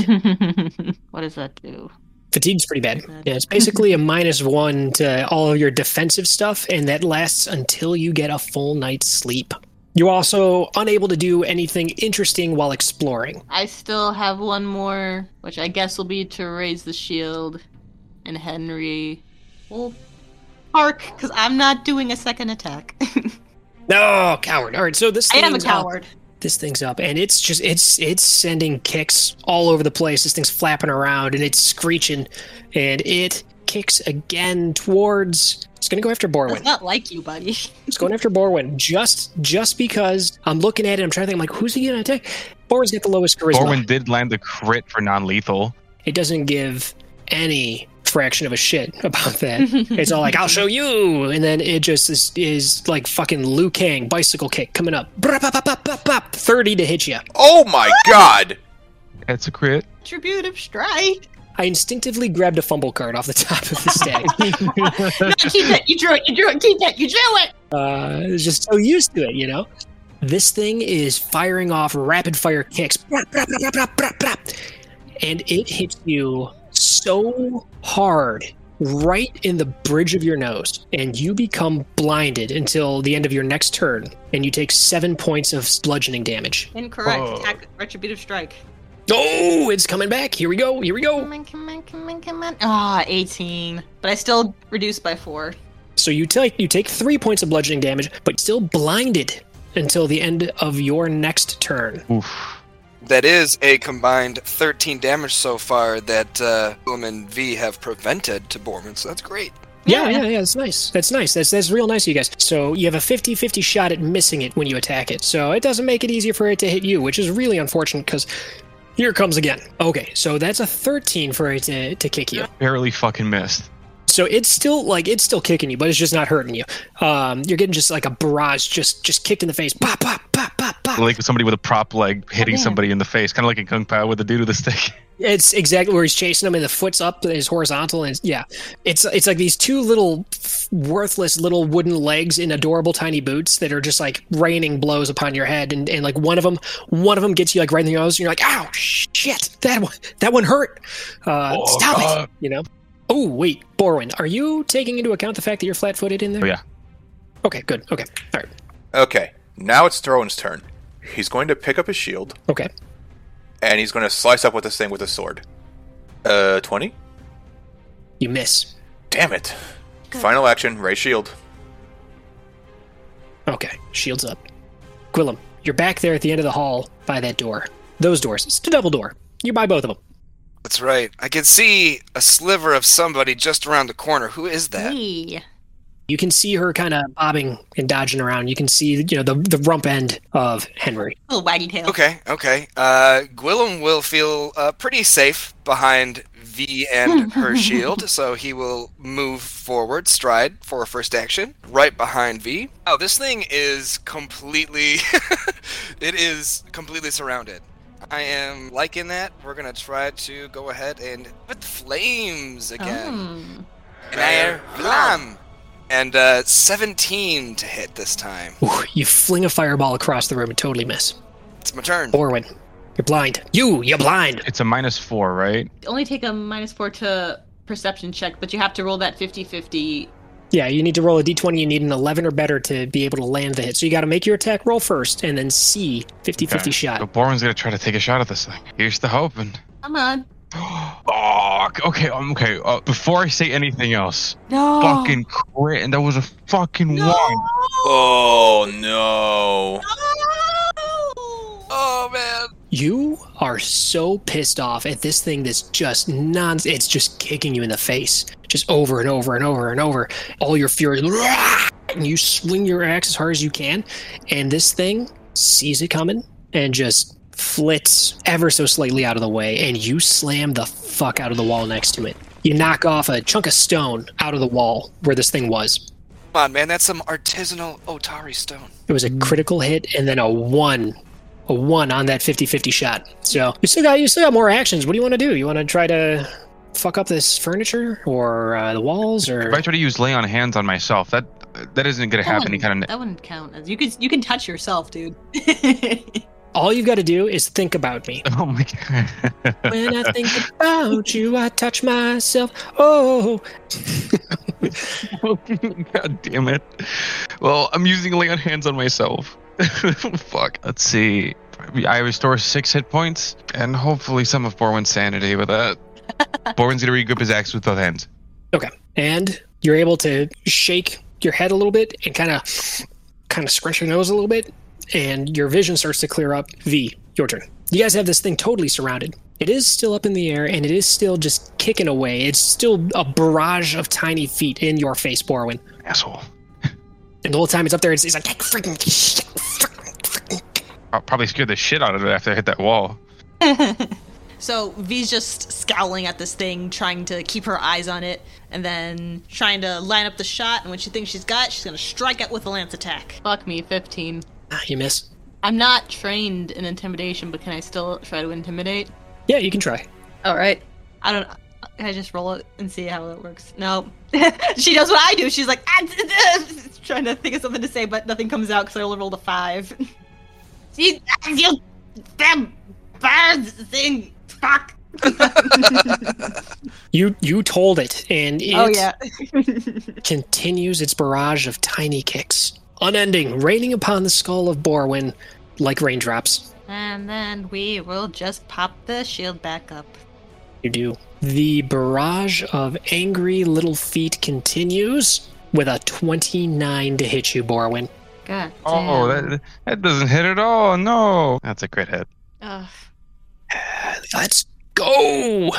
Speaker 4: what does that do?
Speaker 2: Fatigue's pretty bad.
Speaker 4: Bad.
Speaker 2: Yeah, it's basically a minus one to all your defensive stuff, and that lasts until you get a full night's sleep. You're also unable to do anything interesting while exploring.
Speaker 4: I still have one more, which I guess will be to raise the shield, and Henry will park because I'm not doing a second attack.
Speaker 2: No, coward. All right, so this
Speaker 4: I am a
Speaker 2: thing's up-
Speaker 4: coward.
Speaker 2: This thing's up, and it's just it's it's sending kicks all over the place. This thing's flapping around and it's screeching, and it kicks again towards. It's gonna go after Borwin.
Speaker 4: It's not like you, buddy.
Speaker 2: It's going after Borwin just just because I'm looking at it. I'm trying to think. I'm like, who's he gonna attack? Borwin's got the lowest charisma.
Speaker 3: Borwin did land the crit for non-lethal.
Speaker 2: it doesn't give any fraction of a shit about that. it's all like, I'll show you. And then it just is, is like fucking Liu Kang bicycle kick coming up. Brap, bap, bap, bap, bap, bap, 30 to hit you.
Speaker 5: Oh my god!
Speaker 3: That's a crit.
Speaker 4: Tributive strike.
Speaker 2: I instinctively grabbed a fumble card off the top of the stack.
Speaker 4: No, keep it. You drew it. You drew it. Keep it. You drew it.
Speaker 2: uh, it's just so used to it, you know? This thing is firing off rapid fire kicks. Brap, brap, brap, brap, brap, brap. And it hits you so hard right in the bridge of your nose. And you become blinded until the end of your next turn. And you take seven points of bludgeoning damage.
Speaker 4: Incorrect.
Speaker 3: Oh.
Speaker 4: Attack. Retributive strike.
Speaker 2: Oh, it's coming back. Here we go. Here we
Speaker 4: Come
Speaker 2: go.
Speaker 4: on, come on, come on, come on. Ah, 18. But I still reduced by four.
Speaker 2: So you take you take three points of bludgeoning damage, but still blinded until the end of your next turn.
Speaker 3: Oof.
Speaker 1: That is a combined 13 damage so far that uh, Boom and V have prevented to Borman, so that's great.
Speaker 2: Yeah,
Speaker 4: Yeah.
Speaker 2: yeah, yeah. That's nice. That's nice. That's that's real nice of you guys. So you have a 50 50 shot at missing it when you attack it. So it doesn't make it easier for it to hit you, which is really unfortunate because here it comes again. Okay, so that's a 13 for it to, to kick you.
Speaker 3: Barely fucking missed.
Speaker 2: So it's still like it's still kicking you, but it's just not hurting you. Um, you're getting just like a barrage, just just kicked in the face. Pop, pop, pop, pop, pop.
Speaker 3: Like somebody with a prop leg hitting
Speaker 4: man.
Speaker 3: somebody in the face, kind of like in Kung Pao with the dude with the stick.
Speaker 2: It's exactly where he's chasing him, and the foot's up, and it's horizontal, and it's, yeah, it's it's like these two little worthless little wooden legs in adorable tiny boots that are just like raining blows upon your head, and, and like one of them, one of them gets you like right in the nose, and you're like, ow, shit, that one, that one hurt. Uh,
Speaker 3: Oh,
Speaker 2: stop
Speaker 3: God.
Speaker 2: it, you know. Oh wait, Borwin, are you taking into account the fact that you're flat-footed in there?
Speaker 3: Oh, yeah.
Speaker 2: Okay, good. Okay, all right.
Speaker 5: Okay, now it's Throwan's turn. He's going to pick up his shield
Speaker 2: Okay,
Speaker 5: and he's going to slice up with this thing with a sword. Uh, 20?
Speaker 2: you miss.
Speaker 5: Damn it. Final action, raise shield.
Speaker 2: Okay, shields up. Quillum, you're back there at the end of the hall by that door. Those doors. It's a double door. You're by both of them.
Speaker 1: That's right. I can see a sliver of somebody just around the corner. Who is that?
Speaker 4: Hey.
Speaker 2: You can see her kind of bobbing and dodging around. You can see, you know, the the rump end of Henry.
Speaker 4: Little waggy tail.
Speaker 1: Okay, okay. Uh, Gwillem will feel uh, pretty safe behind V and her shield, so he will move forward, stride for a first action, right behind V. Oh, this thing is completely. it is completely surrounded. I am liking that. We're gonna try to go ahead and put flames again.
Speaker 4: Um,
Speaker 1: And I am flam. And uh, 17 to hit this time.
Speaker 2: Ooh, you fling a fireball across the room and totally miss.
Speaker 1: It's my turn.
Speaker 2: Borwin, you're blind. You, you're blind.
Speaker 3: It's a minus four, right?
Speaker 4: Hmm. only take a minus four to perception check, but you have to roll that 50 50
Speaker 2: Yeah, you need to roll a d20. You need an 11 or better to be able to land the hit. So you got to make your attack roll first and then see 50 50
Speaker 3: So
Speaker 2: shot.
Speaker 3: Borman's gonna try to take a shot at this thing. Here's the hoping.
Speaker 4: Come on.
Speaker 3: Oh, okay, um, okay. Uh, before I say anything else,
Speaker 4: No.
Speaker 3: fucking crit, and that was a fucking
Speaker 4: Oh. no.
Speaker 3: one.
Speaker 5: Oh no!
Speaker 1: Oh man.
Speaker 2: You are so pissed off at this thing that's just non. It's just kicking you in the face, just over and over and over and over. All your fury. And you swing your axe as hard as you can. And this thing sees it coming and just flits ever so slightly out of the way. And you slam the fuck out of the wall next to it. You knock off a chunk of stone out of the wall where this thing was.
Speaker 1: Come on, man. That's some artisanal Otari stone.
Speaker 2: It was a critical hit and then a one, a one on that 50-50 shot. So you still got you still got more actions. What do you want to do? You want to try to fuck up this furniture or uh, the walls or
Speaker 3: If I try to use lay on hands on myself, that that isn't gonna
Speaker 4: That
Speaker 3: have any
Speaker 4: wouldn't,
Speaker 3: kind of.
Speaker 4: that wouldn't count as you could you can touch yourself, dude.
Speaker 2: all you've got to do is think about me.
Speaker 3: Oh my god.
Speaker 2: when I think about you, I touch myself. Oh,
Speaker 3: God damn it. Well, I'm using lay on hands on myself. Fuck. Let's see. I restore six hit points and hopefully some of Borwin's sanity with that. Borwin's gonna regroup his axe with both hands.
Speaker 2: okay. And you're able to shake your head a little bit and kind of kind of scratch your nose a little bit, and your vision starts to clear up. V, your turn. You guys have this thing totally surrounded. It is still up in the air, and it is still just kicking away. It's still a barrage of tiny feet in your face, Borwin.
Speaker 3: Asshole.
Speaker 2: And the whole time it's up there, it's, it's like, freaking shit, freaking, freaking.
Speaker 3: I probably scared the shit out of it after I hit that wall.
Speaker 4: so V's just scowling at this thing, trying to keep her eyes on it, and then trying to line up the shot. And when she thinks she's got, it, she's gonna strike it with a lance attack. Fuck me, fifteen.
Speaker 2: Ah, you miss.
Speaker 4: I'm not trained in intimidation, but can I still try to intimidate?
Speaker 2: Yeah, you can try.
Speaker 4: All right. I don't. Can I just roll it and see how it works? No. she does what I do. She's like, ah, d- d- trying to think of something to say, but nothing comes out because I only rolled a five. you, you damn bird thing. Fuck. Oh,
Speaker 2: You you told it, and it
Speaker 4: Oh yeah.
Speaker 2: continues its barrage of tiny kicks, unending, raining upon the skull of Borwin like raindrops.
Speaker 4: and then we will just pop the shield back up.
Speaker 2: You do. The barrage of angry little feet continues with a 29 to hit you, Borwin.
Speaker 4: God.
Speaker 3: Oh, that, that doesn't hit at all. No. That's a crit hit.
Speaker 2: Let's go!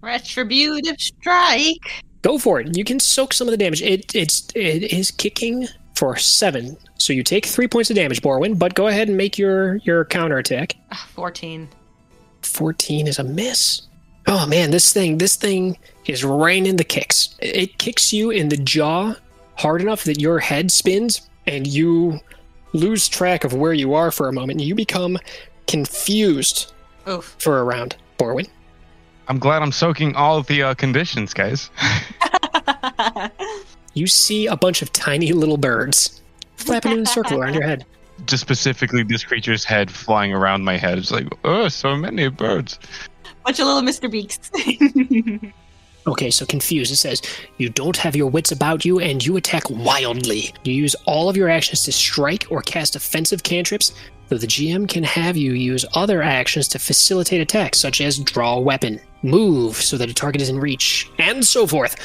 Speaker 4: retributive strike.
Speaker 2: Go for it. You can soak some of the damage. It it's it is kicking for seven, so you take three points of damage, Borwin. But go ahead and make your your counter attack.
Speaker 4: Ah, Fourteen.
Speaker 2: 14 is a miss. Oh man, this thing, this thing is raining the kicks. It kicks you in the jaw hard enough that your head spins and you lose track of where you are for a moment. You become confused
Speaker 4: Oof.
Speaker 2: for a round, Borwin.
Speaker 3: I'm glad I'm soaking all the uh, conditions, guys.
Speaker 2: You see a bunch of tiny little birds flapping in a circle around your head.
Speaker 3: Just specifically this creature's head flying around my head. It's like, oh, so many birds.
Speaker 4: Bunch of little Mr. Beaks.
Speaker 2: Okay, so confused. It says, You don't have your wits about you and you attack wildly. You use all of your actions to strike or cast offensive cantrips, though the GM can have you use other actions to facilitate attacks, such as draw a weapon, move so that a target is in reach, and so forth.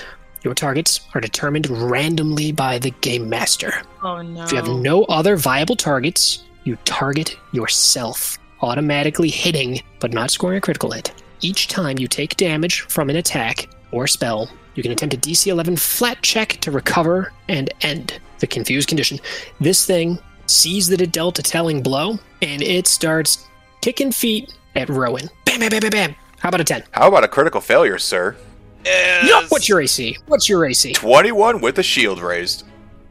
Speaker 2: Your targets are determined randomly by the game master.
Speaker 4: oh no.
Speaker 2: If you have no other viable targets, you target yourself, automatically hitting but not scoring a critical hit. Each time you take damage from an attack or spell, you can attempt a DC 11 flat check to recover and end the confused condition. This thing sees that it dealt a telling blow and it starts kicking feet at Rowan. Bam, bam, bam, bam, bam. How about a 10?
Speaker 5: How about a critical failure, sir?
Speaker 1: Yes.
Speaker 2: What's your AC? What's your AC?
Speaker 5: Twenty-one with the shield raised.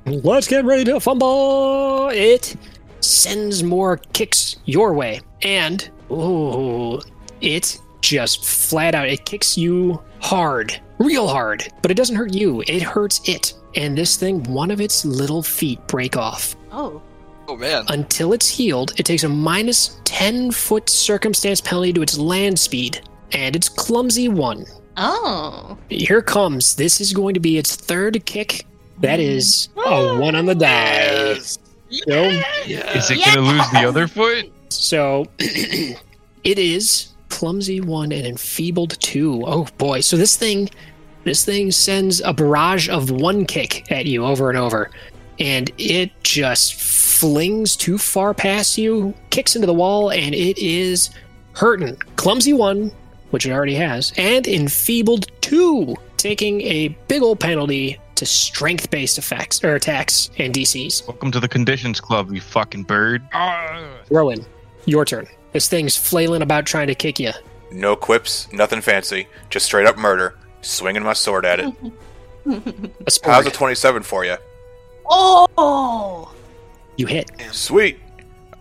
Speaker 2: Let's get ready to fumble. It sends more kicks your way. And, ooh, it just flat out, it kicks you hard, real hard. But it doesn't hurt you, it hurts it. And this thing, one of its little feet break off.
Speaker 4: Oh.
Speaker 1: Oh man.
Speaker 2: Until it's healed, it takes a minus 10 foot circumstance penalty to its land speed. And it's clumsy one.
Speaker 4: Oh.
Speaker 2: Here it comes. This is going to be its third kick That is a one on the die. So,
Speaker 3: Is it gonna lose the other foot?
Speaker 2: so it is clumsy one and enfeebled two. Oh boy! So this thing, this thing sends a barrage of one kick at you over and over, and it just flings too far past you, kicks into the wall, and it is hurting. Clumsy one, which it already has, and enfeebled two, taking a big old penalty to strength-based effects or attacks and DCs.
Speaker 3: Welcome to the conditions club, you fucking bird. Ah!
Speaker 2: Rowan, your turn. This thing's flailing about trying to kick you.
Speaker 5: No quips, nothing fancy, just straight up murder. Swinging my sword at it.
Speaker 2: A sport.
Speaker 5: How's a 27 for you?
Speaker 4: Oh!
Speaker 2: you hit.
Speaker 5: Sweet.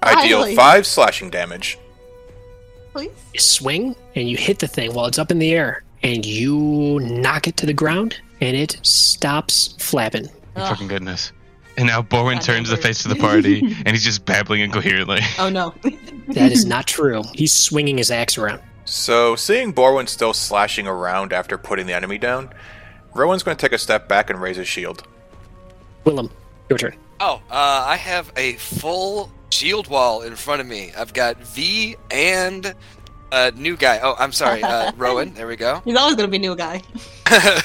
Speaker 5: I deal
Speaker 4: Finally.
Speaker 5: five slashing damage.
Speaker 4: Please?
Speaker 2: You swing and you hit the thing while it's up in the air, and you knock it to the ground, and it stops flapping.
Speaker 4: Ugh.
Speaker 3: Oh, Fucking goodness. And now Bowen
Speaker 4: God,
Speaker 3: turns the
Speaker 4: that
Speaker 3: face of the
Speaker 4: hurts.
Speaker 3: party, and he's just babbling incoherently.
Speaker 4: Oh no.
Speaker 2: That is not true. He's swinging his axe around.
Speaker 5: So, seeing Borwin still slashing around after putting the enemy down, Rowan's going to take a step back and raise his shield.
Speaker 2: Willem, your turn.
Speaker 1: Oh, uh, I have a full shield wall in front of me. I've got V and uh, new guy. Oh, I'm sorry, uh, Rowan. There we go.
Speaker 4: He's always gonna be new guy.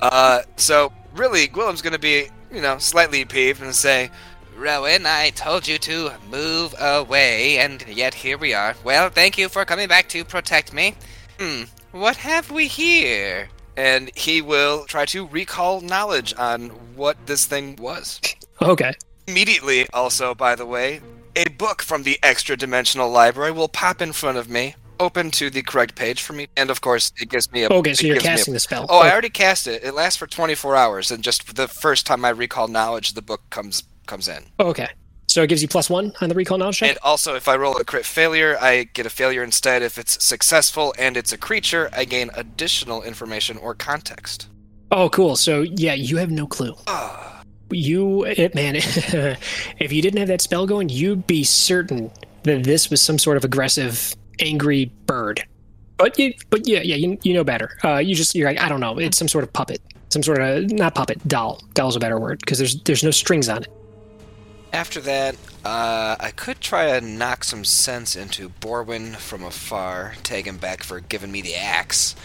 Speaker 1: uh, so really, Gwillem's gonna be, you know, slightly peeved and say, "Rowan, I told you to move away, and yet here we are. Well, thank you for coming back to protect me. Hmm, what have we here?" And he will try to recall knowledge on what this thing was.
Speaker 2: Okay.
Speaker 1: Immediately, also, by the way, a book from the extra dimensional library will pop in front of me, open to the correct page for me, and of course, it gives me a.
Speaker 2: Okay, so
Speaker 1: it
Speaker 2: you're
Speaker 1: gives me a-
Speaker 2: casting the spell.
Speaker 1: Oh, I already cast it. It lasts for 24 hours, and just the first time I recall knowledge, the book comes comes in.
Speaker 2: Oh, Okay. So it gives you plus one on the recall knowledge check?
Speaker 1: And also, if I roll a crit failure, I get a failure instead. If it's successful and it's a creature, I gain additional information or context.
Speaker 2: Oh, cool. So yeah, you have no clue.
Speaker 1: Ah.
Speaker 2: You, it, man, if you didn't have that spell going, you'd be certain that this was some sort of aggressive, angry bird. But you, but yeah, yeah, you, you know better. Uh, you just you're like I don't know. It's some sort of puppet, some sort of not puppet doll. Doll's a better word because there's there's no strings on it.
Speaker 1: After that, uh, I could try to knock some sense into Borwin from afar, tag him back for giving me the axe.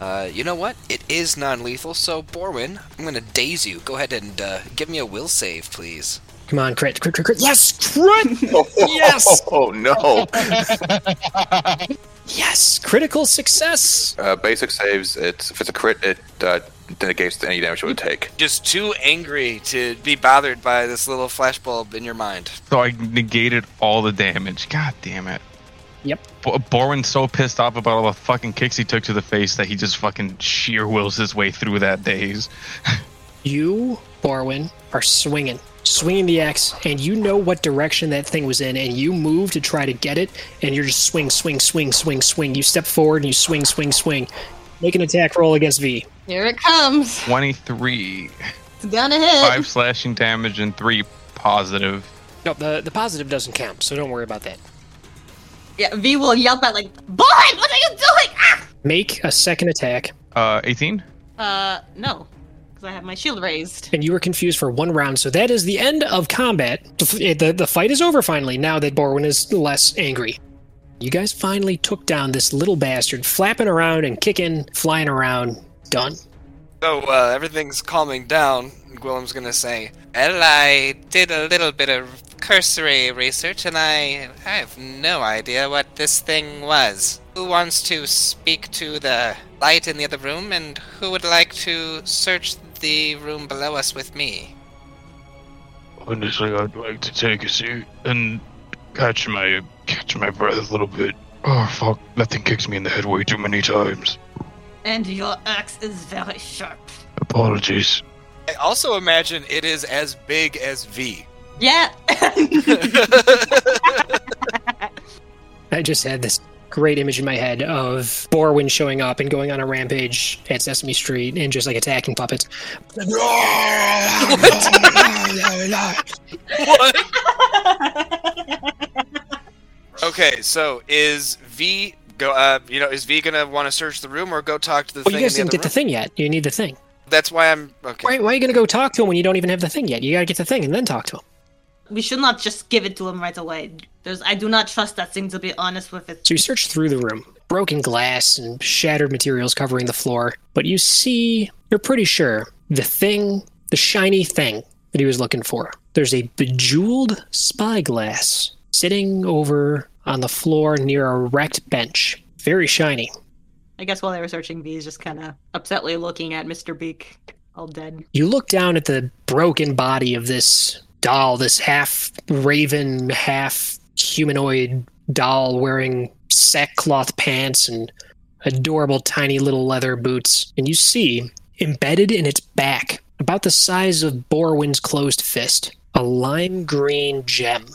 Speaker 1: Uh, you know what? It is non-lethal, so Borwin, I'm gonna daze you. Go ahead and uh, give me a will save, please.
Speaker 2: Come on, crit, crit, crit, crit. Yes, crit. Yes!
Speaker 5: Oh, no.
Speaker 2: yes, critical success.
Speaker 5: Uh, basic saves, it's, if it's a crit, it uh, negates any damage it would take.
Speaker 1: Just too angry to be bothered by this little flashbulb in your mind.
Speaker 3: so I negated all the damage. God damn it.
Speaker 2: Yep.
Speaker 3: Bo- Boren's so pissed off about all the fucking kicks he took to the face that he just fucking sheer wills his way through that daze.
Speaker 2: You, Borwin, are swinging, swinging the axe, and you know what direction that thing was in, and you move to try to get it, and you're just swing, swing, swing, swing, swing. You step forward and you swing, swing, swing. Make an attack roll against V.
Speaker 4: Here it comes.
Speaker 3: 23.
Speaker 4: It's gonna hit.
Speaker 3: 5 slashing damage and 3 positive.
Speaker 2: No, the, the positive doesn't count, so don't worry about that.
Speaker 4: Yeah, V will yelp at like, Boy, what are you doing? Ah!
Speaker 2: Make a second attack,
Speaker 3: Uh, 18?
Speaker 4: Uh, no. Because I have my shield raised.
Speaker 2: and you were confused for one round, so that is the end of combat. The, the, the fight is over finally, now that Borwin is less angry. You guys finally took down this little bastard, flapping around and kicking, flying around. Done.
Speaker 1: So uh, everything's calming down. Gwillem's gonna say, "Well, I did a little bit of cursory research, and I, I have no idea what this thing was. Who wants to speak to the light in the other room, and who would like to search the room below us with me?"
Speaker 3: Honestly, I'd like to take a seat and catch my catch my breath a little bit. Oh fuck, that thing kicks me in the head way too many times.
Speaker 4: And your axe is very sharp.
Speaker 3: Apologies.
Speaker 1: I also imagine it is as big as V.
Speaker 4: Yeah.
Speaker 2: I just had this great image in my head of Borwin showing up and going on a rampage at Sesame Street and just like attacking puppets.
Speaker 1: okay, so is V go? Uh, you know, is V gonna want to search the room or go talk to the
Speaker 2: Well, you guys didn't get the thing yet. You need the thing.
Speaker 1: That's why I'm okay.
Speaker 2: Why, why are you going to go talk to him when you don't even have the thing yet? You got to get the thing and then talk to him.
Speaker 4: We should not just give it to him right away. There's, I do not trust that thing to be honest with it.
Speaker 2: So you search through the room, broken glass and shattered materials covering the floor, but you see, you're pretty sure, the thing, the shiny thing that he was looking for. There's a bejeweled spyglass sitting over on the floor near a wrecked bench. Very shiny.
Speaker 4: I guess while they were searching, V is just kind of upsetly looking at Mr. Beak, all dead.
Speaker 2: You look down at the broken body of this doll, this half raven, half humanoid doll wearing sackcloth pants and adorable tiny little leather boots. And you see, embedded in its back, about the size of Borwin's closed fist, a lime green gem.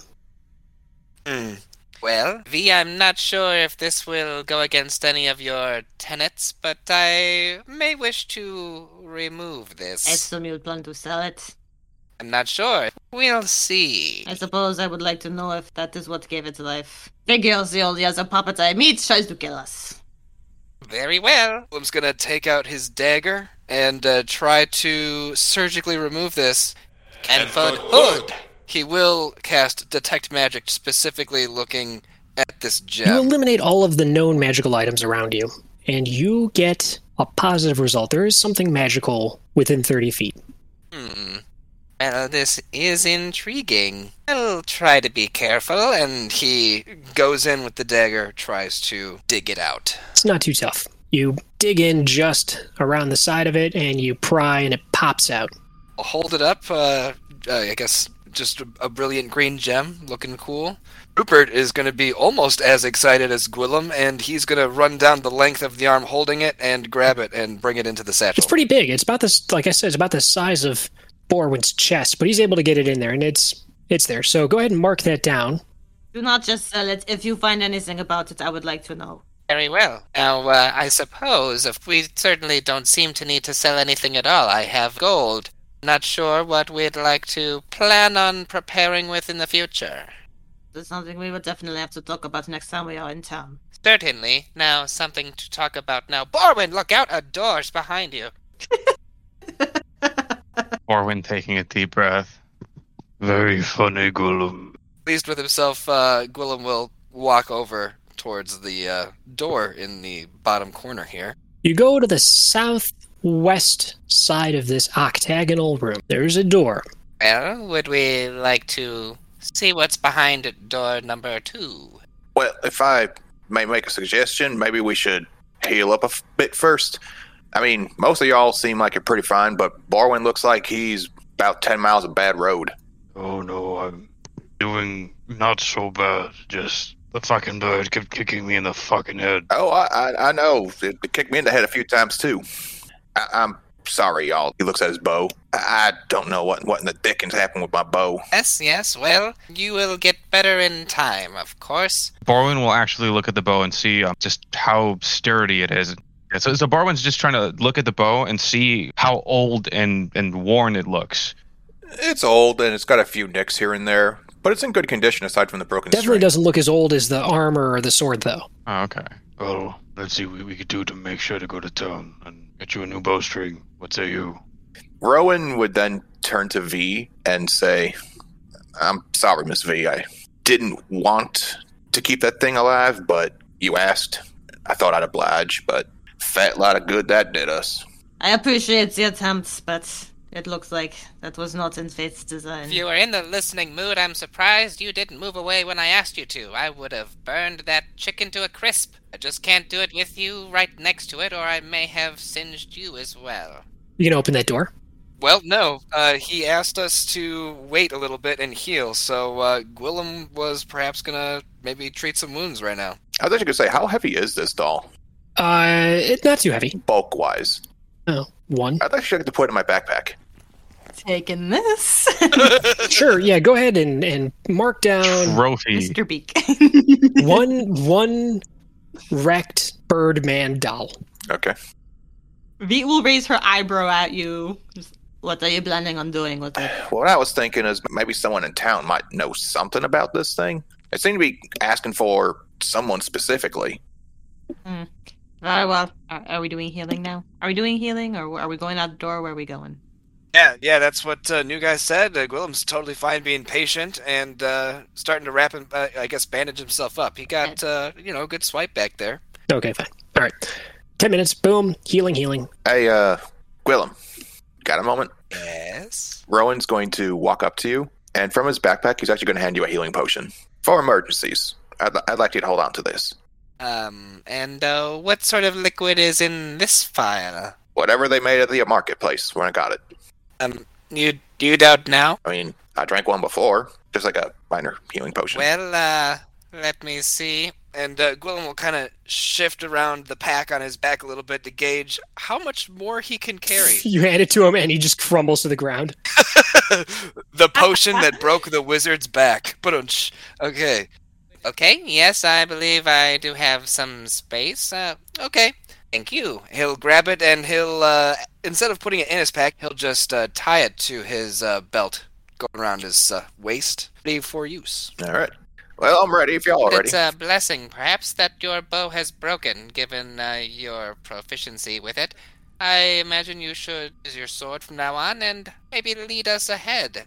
Speaker 1: Hmm.
Speaker 6: Well, V, I'm not sure if this will go against any of your tenets, but I may wish to remove
Speaker 4: I
Speaker 6: this.
Speaker 4: assume you plan to sell it.
Speaker 6: I'm not sure. We'll see.
Speaker 4: I suppose I would like to know if that is what gave it life. Figures the only other puppet I meet tries to kill us.
Speaker 6: Very well.
Speaker 1: Willem's gonna take out his dagger and uh, try to surgically remove this. Canford Hood. He will cast Detect Magic, specifically looking at this
Speaker 2: You
Speaker 1: gem.
Speaker 2: eliminate all of the known magical items around you, and you get a positive result. There is something magical within 30 feet.
Speaker 1: Hmm.
Speaker 6: Well, this is intriguing. I'll try to be careful and
Speaker 1: And he goes in with the dagger, tries to dig it out.
Speaker 2: It's not too tough. You dig in just around the side of it, and you pry, and it pops out.
Speaker 1: I'll hold it up. Uh, uh, I guess just a, a brilliant green gem, looking cool. Rupert is going to be almost as excited as Gwillem, and he's going to run down the length of the arm holding it and grab it and bring it into the satchel.
Speaker 2: It's pretty big. It's about this, like I said, it's about the size of Borwin's chest, but he's able to get it in there, and it's it's there. So go ahead and mark that down.
Speaker 4: Do not just sell it. If you find anything about it, I would like to know.
Speaker 6: very well. Now, uh, I suppose if we certainly don't seem to need to sell anything at all. I have gold. Not sure what we'd like to plan on preparing with in the future.
Speaker 4: That's something we will definitely have to talk about next time we are in town.
Speaker 6: Certainly. Now, something to talk about now. Borwin, look out! A door's behind you.
Speaker 3: Orwin taking a deep breath. Very funny, Gollum.
Speaker 1: pleased with himself, uh, Gwillem will walk over towards the uh, door in the bottom corner here.
Speaker 2: You go to the southwest side of this octagonal room. There's a door.
Speaker 6: Well, would we like to see what's behind door number two?
Speaker 5: Well, if I may make a suggestion, maybe we should heal up a f- bit first. I mean, most of y'all seem like you're pretty fine, but Barwin looks like he's about 10 miles of bad road.
Speaker 7: Oh no, I'm doing not so bad. Just the fucking bird kept kicking me in the fucking head.
Speaker 5: Oh, I I, I know. It, it kicked me in the head a few times, too. I, I'm sorry, y'all. He looks at his bow. I, I don't know what, what in the dickens happened with my bow.
Speaker 6: Yes, yes, well, you will get better in time, of course.
Speaker 3: Borwin will actually look at the bow and see um, just how sturdy it is. Yeah, So, so Borwin's just trying to look at the bow and see how old and, and worn it looks.
Speaker 5: It's old and it's got a few nicks here and there, but it's in good condition aside from the broken
Speaker 2: Definitely
Speaker 5: string.
Speaker 2: doesn't look as old as the armor or the sword, though.
Speaker 3: Oh, okay.
Speaker 7: Well, let's see what we could do to make sure to go to town and get you a new bowstring. What say you?
Speaker 5: Rowan would then turn to V and say, I'm sorry, Miss V. I didn't want to keep that thing alive, but you asked. I thought I'd oblige, but fat lot of good that did us.
Speaker 4: I appreciate the attempt, but it looks like that was not in Fate's design.
Speaker 6: If you were in the listening mood, I'm surprised you didn't move away when I asked you to. I would have burned that chicken to a crisp. I just can't do it with you right next to it, or I may have singed you as well.
Speaker 2: You can open that door.
Speaker 1: Well, no, uh, he asked us to wait a little bit and heal, so uh, Gwillem was perhaps gonna maybe treat some wounds right now.
Speaker 5: I thought you could say, How heavy is this doll?
Speaker 2: Uh, it's not too heavy.
Speaker 5: Bulk wise.
Speaker 2: Oh, one.
Speaker 5: I'd actually like to put it in my backpack.
Speaker 4: Taking this,
Speaker 2: Sure. Yeah. Go ahead and and mark down
Speaker 3: Trophy.
Speaker 4: Mr. Beak.
Speaker 2: one one wrecked birdman doll.
Speaker 5: Okay.
Speaker 4: V will raise her eyebrow at you. Just, What are you planning on doing with it?
Speaker 5: What I was thinking is maybe someone in town might know something about this thing. They seem to be asking for someone specifically.
Speaker 4: Mm. All right, well, are, are we doing healing now? Are we doing healing, or are we going out the door? Where are we going?
Speaker 1: Yeah, yeah, that's what uh, new guy said. Uh, Gwillem's totally fine being patient and uh, starting to wrap him, uh, I guess, bandage himself up. He got, uh, you know, a good swipe back there.
Speaker 2: Okay, fine. All right. 10 minutes. Boom. Healing, healing.
Speaker 5: Hey, uh, Gwillem, got a moment?
Speaker 1: Yes.
Speaker 5: Rowan's going to walk up to you, and from his backpack, he's actually going to hand you a healing potion for emergencies. I'd, I'd like you to hold on to this.
Speaker 6: Um, and uh, what sort of liquid is in this vial?
Speaker 5: Whatever they made at the marketplace when I got it.
Speaker 6: Um, you you doubt now?
Speaker 5: I mean, I drank one before, just like a minor healing potion.
Speaker 6: Well, uh, let me see.
Speaker 1: And uh, Gwillem will kind of shift around the pack on his back a little bit to gauge how much more he can carry.
Speaker 2: You hand it to him, and he just crumbles to the ground.
Speaker 1: the potion that broke the wizard's back. Ba-dunch. Okay.
Speaker 6: Okay, yes, I believe I do have some space. Uh, okay,
Speaker 1: Thank you. He'll grab it and he'll, uh, instead of putting it in his pack, he'll just uh, tie it to his uh, belt, going around his uh, waist, ready for use.
Speaker 5: All right. Well, uh, I'm ready if y'all are ready.
Speaker 6: it's a blessing, perhaps, that your bow has broken, given uh, your proficiency with it. I imagine you should use your sword from now on, and maybe lead us ahead.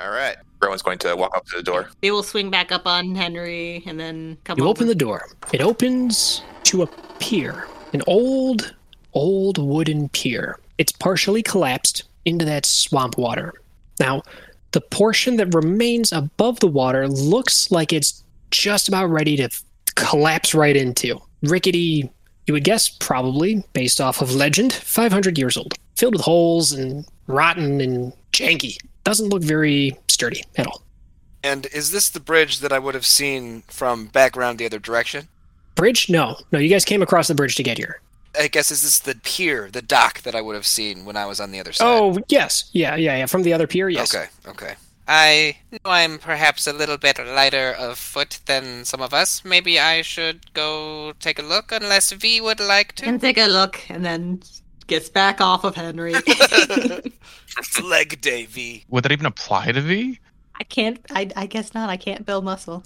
Speaker 5: All right. Rowan's going to walk up to the door.
Speaker 4: They will swing back up on Henry, and then come.
Speaker 2: You
Speaker 4: over.
Speaker 2: open the door. It opens to a pier, an old, old wooden pier. It's partially collapsed into that swamp water. Now, the portion that remains above the water looks like it's just about ready to f- collapse right into. Rickety, you would guess, probably, based off of legend, 500 years old, filled with holes and rotten and janky. Doesn't look very sturdy at all.
Speaker 1: And is this the bridge that I would have seen from back around the other direction?
Speaker 2: Bridge? No. No, you guys came across the bridge to get here.
Speaker 1: I guess is this the pier, the dock that I would have seen when I was on the other side?
Speaker 2: Oh, yes. Yeah, yeah, yeah. From the other pier, yes.
Speaker 1: okay, okay.
Speaker 6: I know I'm perhaps a little bit lighter of foot than some of us. Maybe I should go take a look, unless V would like to.
Speaker 4: And take a look, and then gets back off of Henry.
Speaker 1: It's leg day, V.
Speaker 3: Would that even apply to V?
Speaker 4: I can't. I, I guess not. I can't build muscle.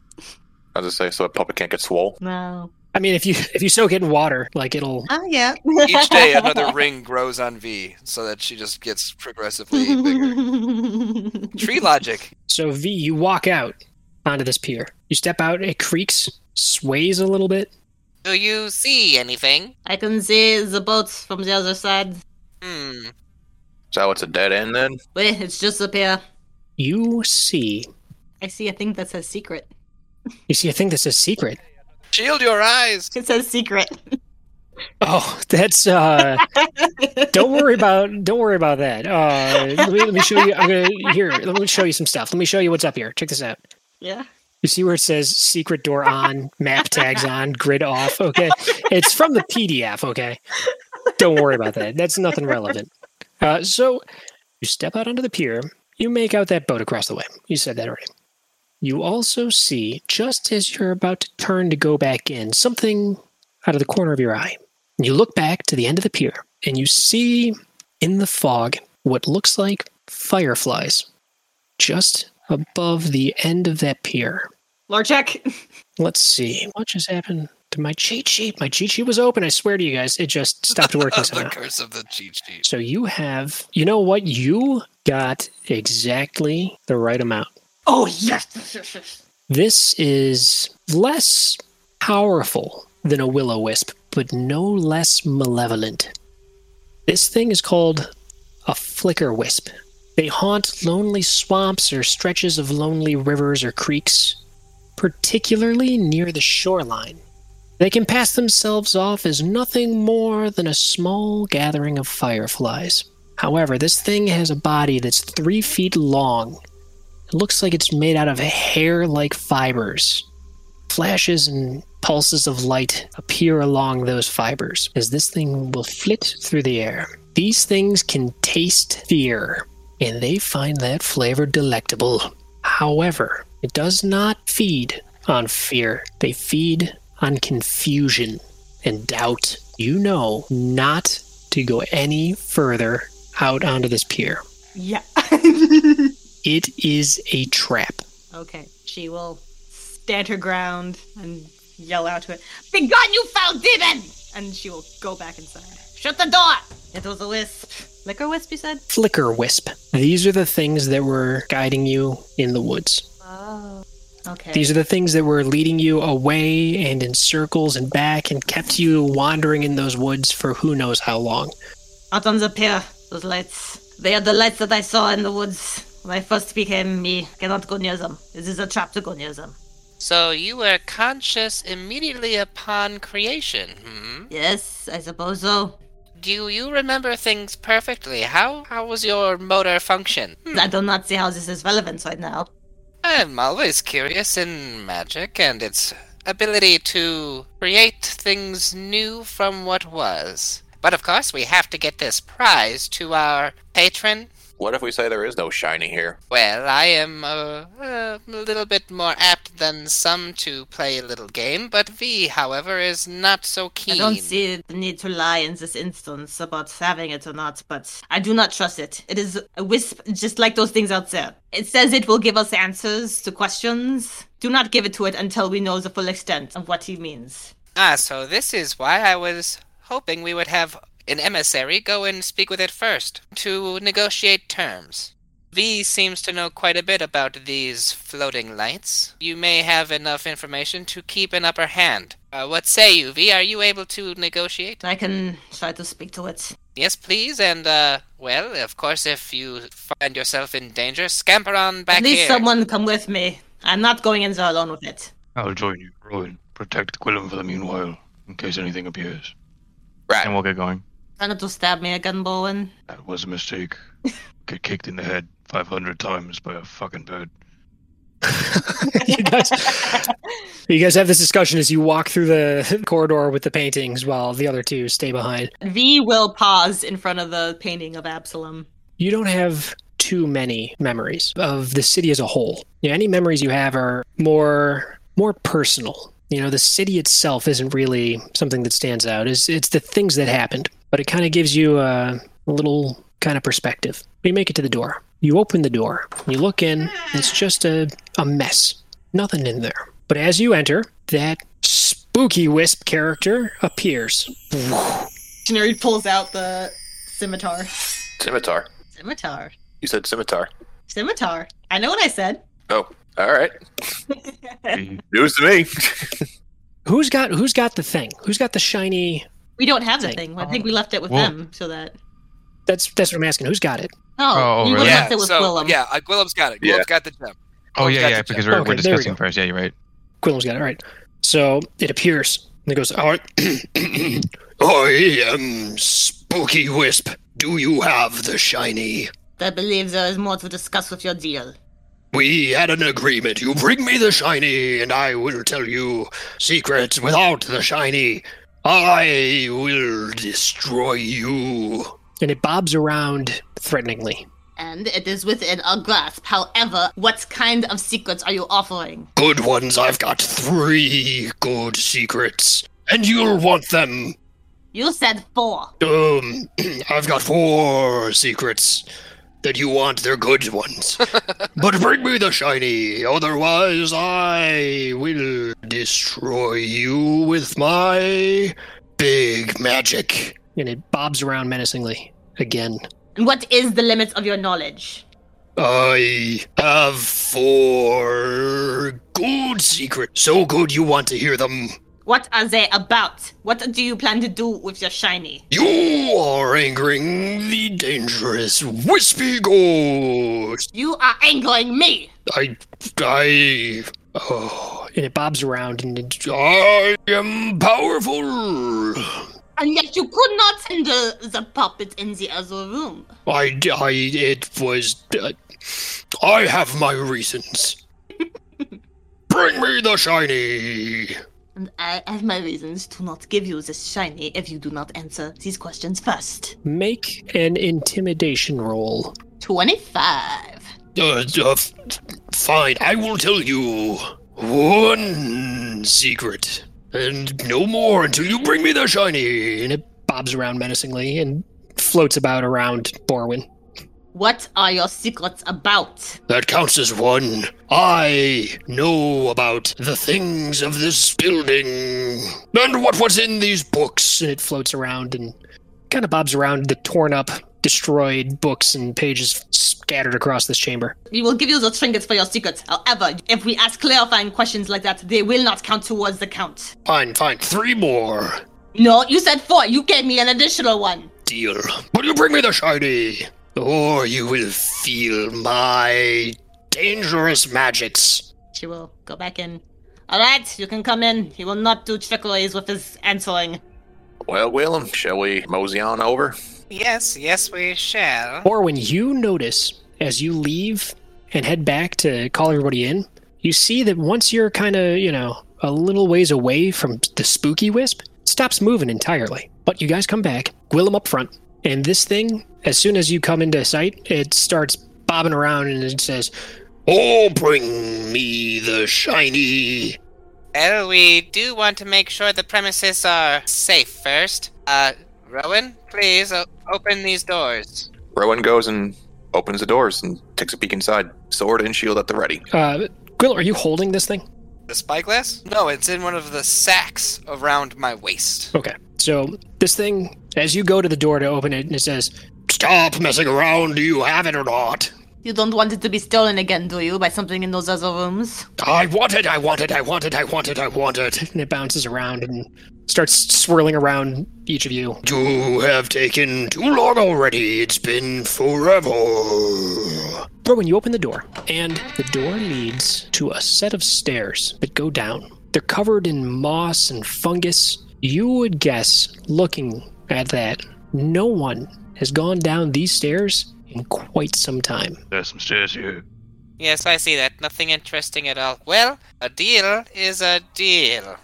Speaker 5: I was just say so a puppet can't get swole.
Speaker 4: No.
Speaker 2: I mean, if you if you soak it in water, like it'll
Speaker 4: Oh yeah.
Speaker 1: Each day another ring grows on V, so that she just gets progressively bigger. Tree logic.
Speaker 2: So V, you walk out onto this pier. You step out, it creaks, sways a little bit.
Speaker 6: Do you see anything?
Speaker 4: I can see the boats from the other side.
Speaker 6: Hmm.
Speaker 5: So it's a dead end then?
Speaker 4: Wait, it's just up here.
Speaker 2: You see
Speaker 4: I see a thing that says secret.
Speaker 2: you see a thing that says secret.
Speaker 1: Shield your eyes.
Speaker 4: It says secret.
Speaker 2: Oh, that's uh don't worry about don't worry about that. Uh let me, let me show you I'm gonna here, let me show you some stuff. Let me show you what's up here. Check this out.
Speaker 4: Yeah.
Speaker 2: You see where it says secret door on, map tags on, grid off. Okay. It's from the PDF. Okay. Don't worry about that. That's nothing relevant. Uh, so you step out onto the pier. You make out that boat across the way. You said that already. You also see, just as you're about to turn to go back in, something out of the corner of your eye. You look back to the end of the pier and you see in the fog what looks like fireflies just above the end of that pier.
Speaker 4: Lord check.
Speaker 2: Let's see. What just happened to my cheat sheet? My cheat sheet was open. I swear to you guys, it just stopped working
Speaker 1: the
Speaker 2: somehow.
Speaker 1: curse of the cheat sheet.
Speaker 2: So you have, you know what? You got exactly the right amount.
Speaker 4: Oh yes.
Speaker 2: This is less powerful than a will o wisp, but no less malevolent. This thing is called a flicker wisp. They haunt lonely swamps or stretches of lonely rivers or creeks, particularly near the shoreline. They can pass themselves off as nothing more than a small gathering of fireflies. However, this thing has a body that's three feet long it looks like it's made out of hair like fibers. Flashes and pulses of light appear along those fibers as this thing will flit through the air. These things can taste fear, and they find that flavor delectable. However, it does not feed on fear, they feed on confusion and doubt. You know not to go any further out onto this pier.
Speaker 4: Yeah.
Speaker 2: It is a trap.
Speaker 4: okay. She will stand her ground and yell out to it. Begone, you foul demon! and she will go back inside. Shut the door! It was a wisp. Liquor wisp, you said?
Speaker 2: Flicker wisp. These are the things that were guiding you in the woods.
Speaker 4: Oh. Okay.
Speaker 2: These are the things that were leading you away and in circles and back and kept you wandering in those woods for who knows how long.
Speaker 4: Out on the pier, those lights. They are the lights that I saw in the woods when I first became me. Cannot go near them. This is a trap to go near them.
Speaker 6: So you were conscious immediately upon creation. Hmm?
Speaker 4: Yes, I suppose so.
Speaker 6: Do you remember things perfectly? How how was your motor function?
Speaker 4: I do not see how this is relevant right now.
Speaker 6: I'm always curious in magic and its ability to create things new from what was. But of course, we have to get this prize to our patron.
Speaker 5: What if we say there is no shiny here?
Speaker 6: Well, I am uh, uh, a little bit more apt than some to play a little game, but V, however, is not so keen.
Speaker 4: I don't see the need to lie in this instance about having it or not, but I do not trust it. It is a wisp, just like those things out there. It says it will give us answers to questions. Do not give it to it until we know the full extent of what he means.
Speaker 6: Ah, so this is why I was hoping we would have an emissary go and speak with it first to negotiate terms. V seems to know quite a bit about these floating lights. You may have enough information to keep an upper hand. Uh, what say you, V? Are you able to negotiate?
Speaker 4: I can try to speak to it.
Speaker 6: Yes, please. And, uh, well, of course, if you find yourself in danger, scamper on back
Speaker 4: At least
Speaker 6: here.
Speaker 4: someone come with me. I'm not going in there alone with it.
Speaker 7: I'll join you, Rowan. Protect Quillum for the meanwhile, in case anything appears.
Speaker 3: And
Speaker 5: Right.
Speaker 3: we'll get going.
Speaker 4: Try not to stab me again, Bowen.
Speaker 7: That was a mistake. Get kicked in the head 500 times by a fucking bird.
Speaker 2: you guys you guys have this discussion as you walk through the corridor with the paintings while the other two stay behind
Speaker 4: V will pause in front of the painting of Absalom.
Speaker 2: you don't have too many memories of the city as a whole you know, any memories you have are more more personal you know the city itself isn't really something that stands out it's, it's the things that happened but it kind of gives you a, a little kind of perspective you make it to the door you open the door you look in it's just a, a mess nothing in there. But as you enter, that spooky wisp character appears.
Speaker 4: Canary pulls out the scimitar.
Speaker 5: Scimitar.
Speaker 4: Scimitar.
Speaker 5: You said scimitar.
Speaker 4: Scimitar. I know what I said.
Speaker 5: Oh, all right.
Speaker 7: Hey,
Speaker 5: News to me.
Speaker 2: Who's got who's got the thing? Who's got the shiny?
Speaker 4: We don't have the
Speaker 2: Thing.
Speaker 4: thing. I think we left it with
Speaker 3: Whoa.
Speaker 4: them so that.
Speaker 2: That's that's what I'm asking. Who's got it?
Speaker 4: Oh,
Speaker 3: Oh,
Speaker 4: we would
Speaker 3: really?
Speaker 4: have
Speaker 3: Yeah,
Speaker 4: left it with
Speaker 8: so,
Speaker 4: Willem.
Speaker 8: Yeah, uh, Gwillem's got it.
Speaker 5: Yeah.
Speaker 8: Gwillem's got the gem.
Speaker 3: Oh,
Speaker 8: Gwillem's
Speaker 3: yeah,
Speaker 8: got
Speaker 3: yeah,
Speaker 8: the gem.
Speaker 3: because we're,
Speaker 2: Okay,
Speaker 3: we're
Speaker 2: there we
Speaker 3: discussing
Speaker 2: go.
Speaker 3: first. Yeah, you're right.
Speaker 2: Quillen's got it. All right. So it appears and it goes. All right. I am spooky wisp. Do you have the shiny?
Speaker 4: I believe there is more to discuss with your deal.
Speaker 2: We had an agreement. You bring me the shiny, and I will tell you secrets without the shiny. I will destroy you. And it bobs around threateningly.
Speaker 4: And it is within our grasp. However, what kind of secrets are you offering?
Speaker 2: Good ones, I've got three good secrets. And you'll want them.
Speaker 4: You said four.
Speaker 2: Um, I've got four secrets that you want. They're good ones. but bring me the shiny, otherwise I will destroy you with my big magic. And it bobs around menacingly again.
Speaker 4: And what is the limit of your knowledge?
Speaker 2: I have four good secrets. So good you want to hear them.
Speaker 4: What are they about? What do you plan to do with your shiny?
Speaker 2: You are angering the dangerous wispy ghost.
Speaker 4: You are angering me!
Speaker 2: I, I, oh, and it bobs around, and it, I am powerful.
Speaker 4: And yet you could not handle the puppet in the other room.
Speaker 2: I, I, it was, uh, I have my reasons. Bring me the shiny.
Speaker 4: And I have my reasons to not give you this shiny if you do not answer these questions first.
Speaker 2: Make an intimidation roll.
Speaker 4: 25.
Speaker 2: Uh, uh, f- fine, I will tell you one secret, and no more until you bring me the shiny. And it bobs around menacingly and floats about around Borwin.
Speaker 4: What are your secrets about?
Speaker 9: That counts as one. I know about the things of this building and what was in these books.
Speaker 2: And it floats around and kind of bobs around the torn up, destroyed books and pages scattered across this chamber.
Speaker 4: We will give you those trinkets for your secrets. However, if we ask clarifying questions like that, they will not count towards the count.
Speaker 9: Fine, fine. Three more.
Speaker 4: No, you said four. You gave me an additional one.
Speaker 9: Deal. Will you bring me the shiny? Or you will feel my dangerous magics.
Speaker 4: She will go back in. All right, you can come in. He will not do trickeries with his answering.
Speaker 5: Well, Willem, shall we mosey on over?
Speaker 6: Yes, yes, we shall.
Speaker 2: Or when you notice as you leave and head back to call everybody in, you see that once you're kind of, you know, a little ways away from the spooky wisp, it stops moving entirely. But you guys come back, Gwillem up front, and this thing, as soon as you come into sight, it starts bobbing around and it says,
Speaker 9: Oh, bring me the shiny.
Speaker 6: Well, we do want to make sure the premises are safe first. Uh, Rowan, please o- open these doors.
Speaker 5: Rowan goes and opens the doors and takes a peek inside. Sword and shield at the ready.
Speaker 2: uh, Gwillem, are you holding this thing?
Speaker 8: The spyglass? No, it's in one of the sacks around my waist.
Speaker 2: Okay. So this thing, as you go to the door to open it, and it says,
Speaker 9: Stop messing around. Do you have it or not?
Speaker 4: You don't want it to be stolen again, do you? By something in those other rooms?
Speaker 9: I want it. I want it. I want it. I want it. I want it.
Speaker 2: and it bounces around and starts swirling around each of you.
Speaker 9: You have taken too long already. It's been forever.
Speaker 2: Rowan, you open the door, and the door leads to a set of stairs that go down. They're covered in moss and fungus. You would guess, looking at that, no one has gone down these stairs in quite some time.
Speaker 7: There's some stairs here.
Speaker 6: Yes, I see that. Nothing interesting at all. Well, a deal is a deal.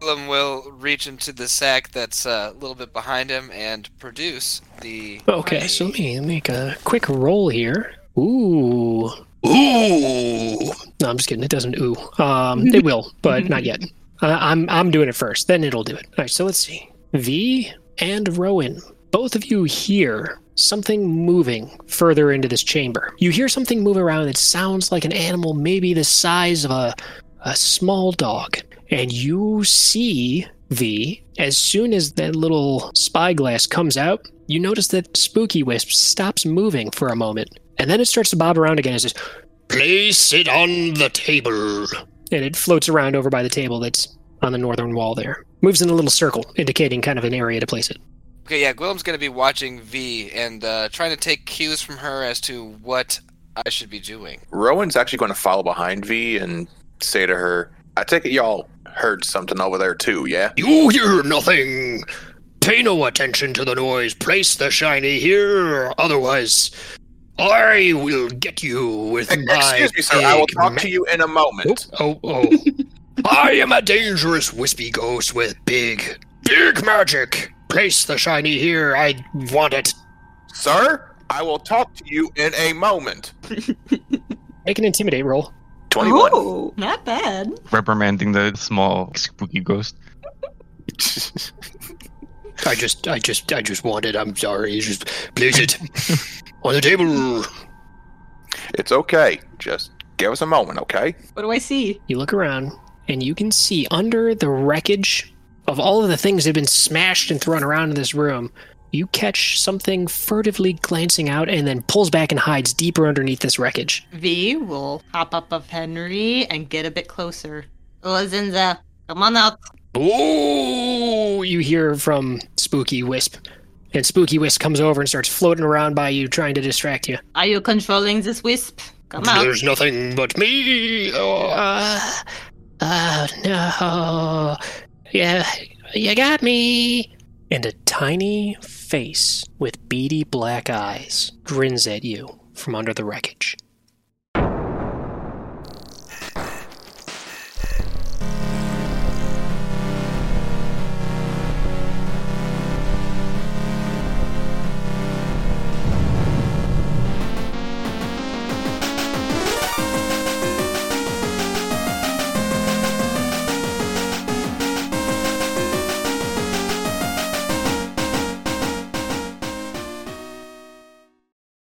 Speaker 8: Willem will reach into the sack that's uh, a little bit behind him and produce the.
Speaker 2: Okay, so let me make a quick roll here. Ooh.
Speaker 9: Ooh.
Speaker 2: No, I'm just kidding. It doesn't ooh. Um, it will, but not yet. Uh, I'm I'm doing it first. Then it'll do it. All right. So let's see. V and Rowan, both of you hear something moving further into this chamber. You hear something move around that sounds like an animal, maybe the size of a a small dog, and you see V. As soon as that little spyglass comes out, you notice that Spooky Wisp stops moving for a moment, and then it starts to bob around again. It says,
Speaker 9: Place it on the table.
Speaker 2: and it floats around over by the table that's on the northern wall there. Moves in a little circle, indicating kind of an area to place it.
Speaker 8: Okay, yeah, Willem's gonna be watching V and uh, trying to take cues from her as to what I should be doing.
Speaker 5: Rowan's actually going to follow behind V and say to her, I take it y'all heard something over there too, yeah?
Speaker 9: You hear nothing. Pay no attention to the noise. Place the shiny here, otherwise, I will get you with my.
Speaker 5: Excuse me, sir. I will
Speaker 9: big
Speaker 5: talk
Speaker 9: ma-
Speaker 5: to you in a moment.
Speaker 9: Oh, oh. I am a dangerous wispy ghost with big, big magic. Place the shiny here. I want it.
Speaker 5: Sir, I will talk to you in a moment.
Speaker 2: Make an intimidate roll.
Speaker 5: 21.
Speaker 4: Ooh, not bad.
Speaker 3: reprimanding the small spooky ghost.
Speaker 9: I just, I just, I just want it. I'm sorry. Just place it on the table.
Speaker 5: It's okay. Just give us a moment, okay?
Speaker 4: What do I see?
Speaker 2: You look around, and you can see under the wreckage of all of the things that have been smashed and thrown around in this room, you catch something furtively glancing out and then pulls back and hides deeper underneath this wreckage.
Speaker 4: V will hop up of Henry and get a bit closer. Oh, Zinza, come on out.
Speaker 2: Ooh, you hear from Spooky Wisp. And Spooky Wisp comes over and starts floating around by you, trying to distract you.
Speaker 4: Are you controlling this wisp? Come out.
Speaker 9: There's nothing but me. Oh,
Speaker 2: Uh, oh no. Yeah, you got me. And a tiny face with beady black eyes grins at you from under the wreckage.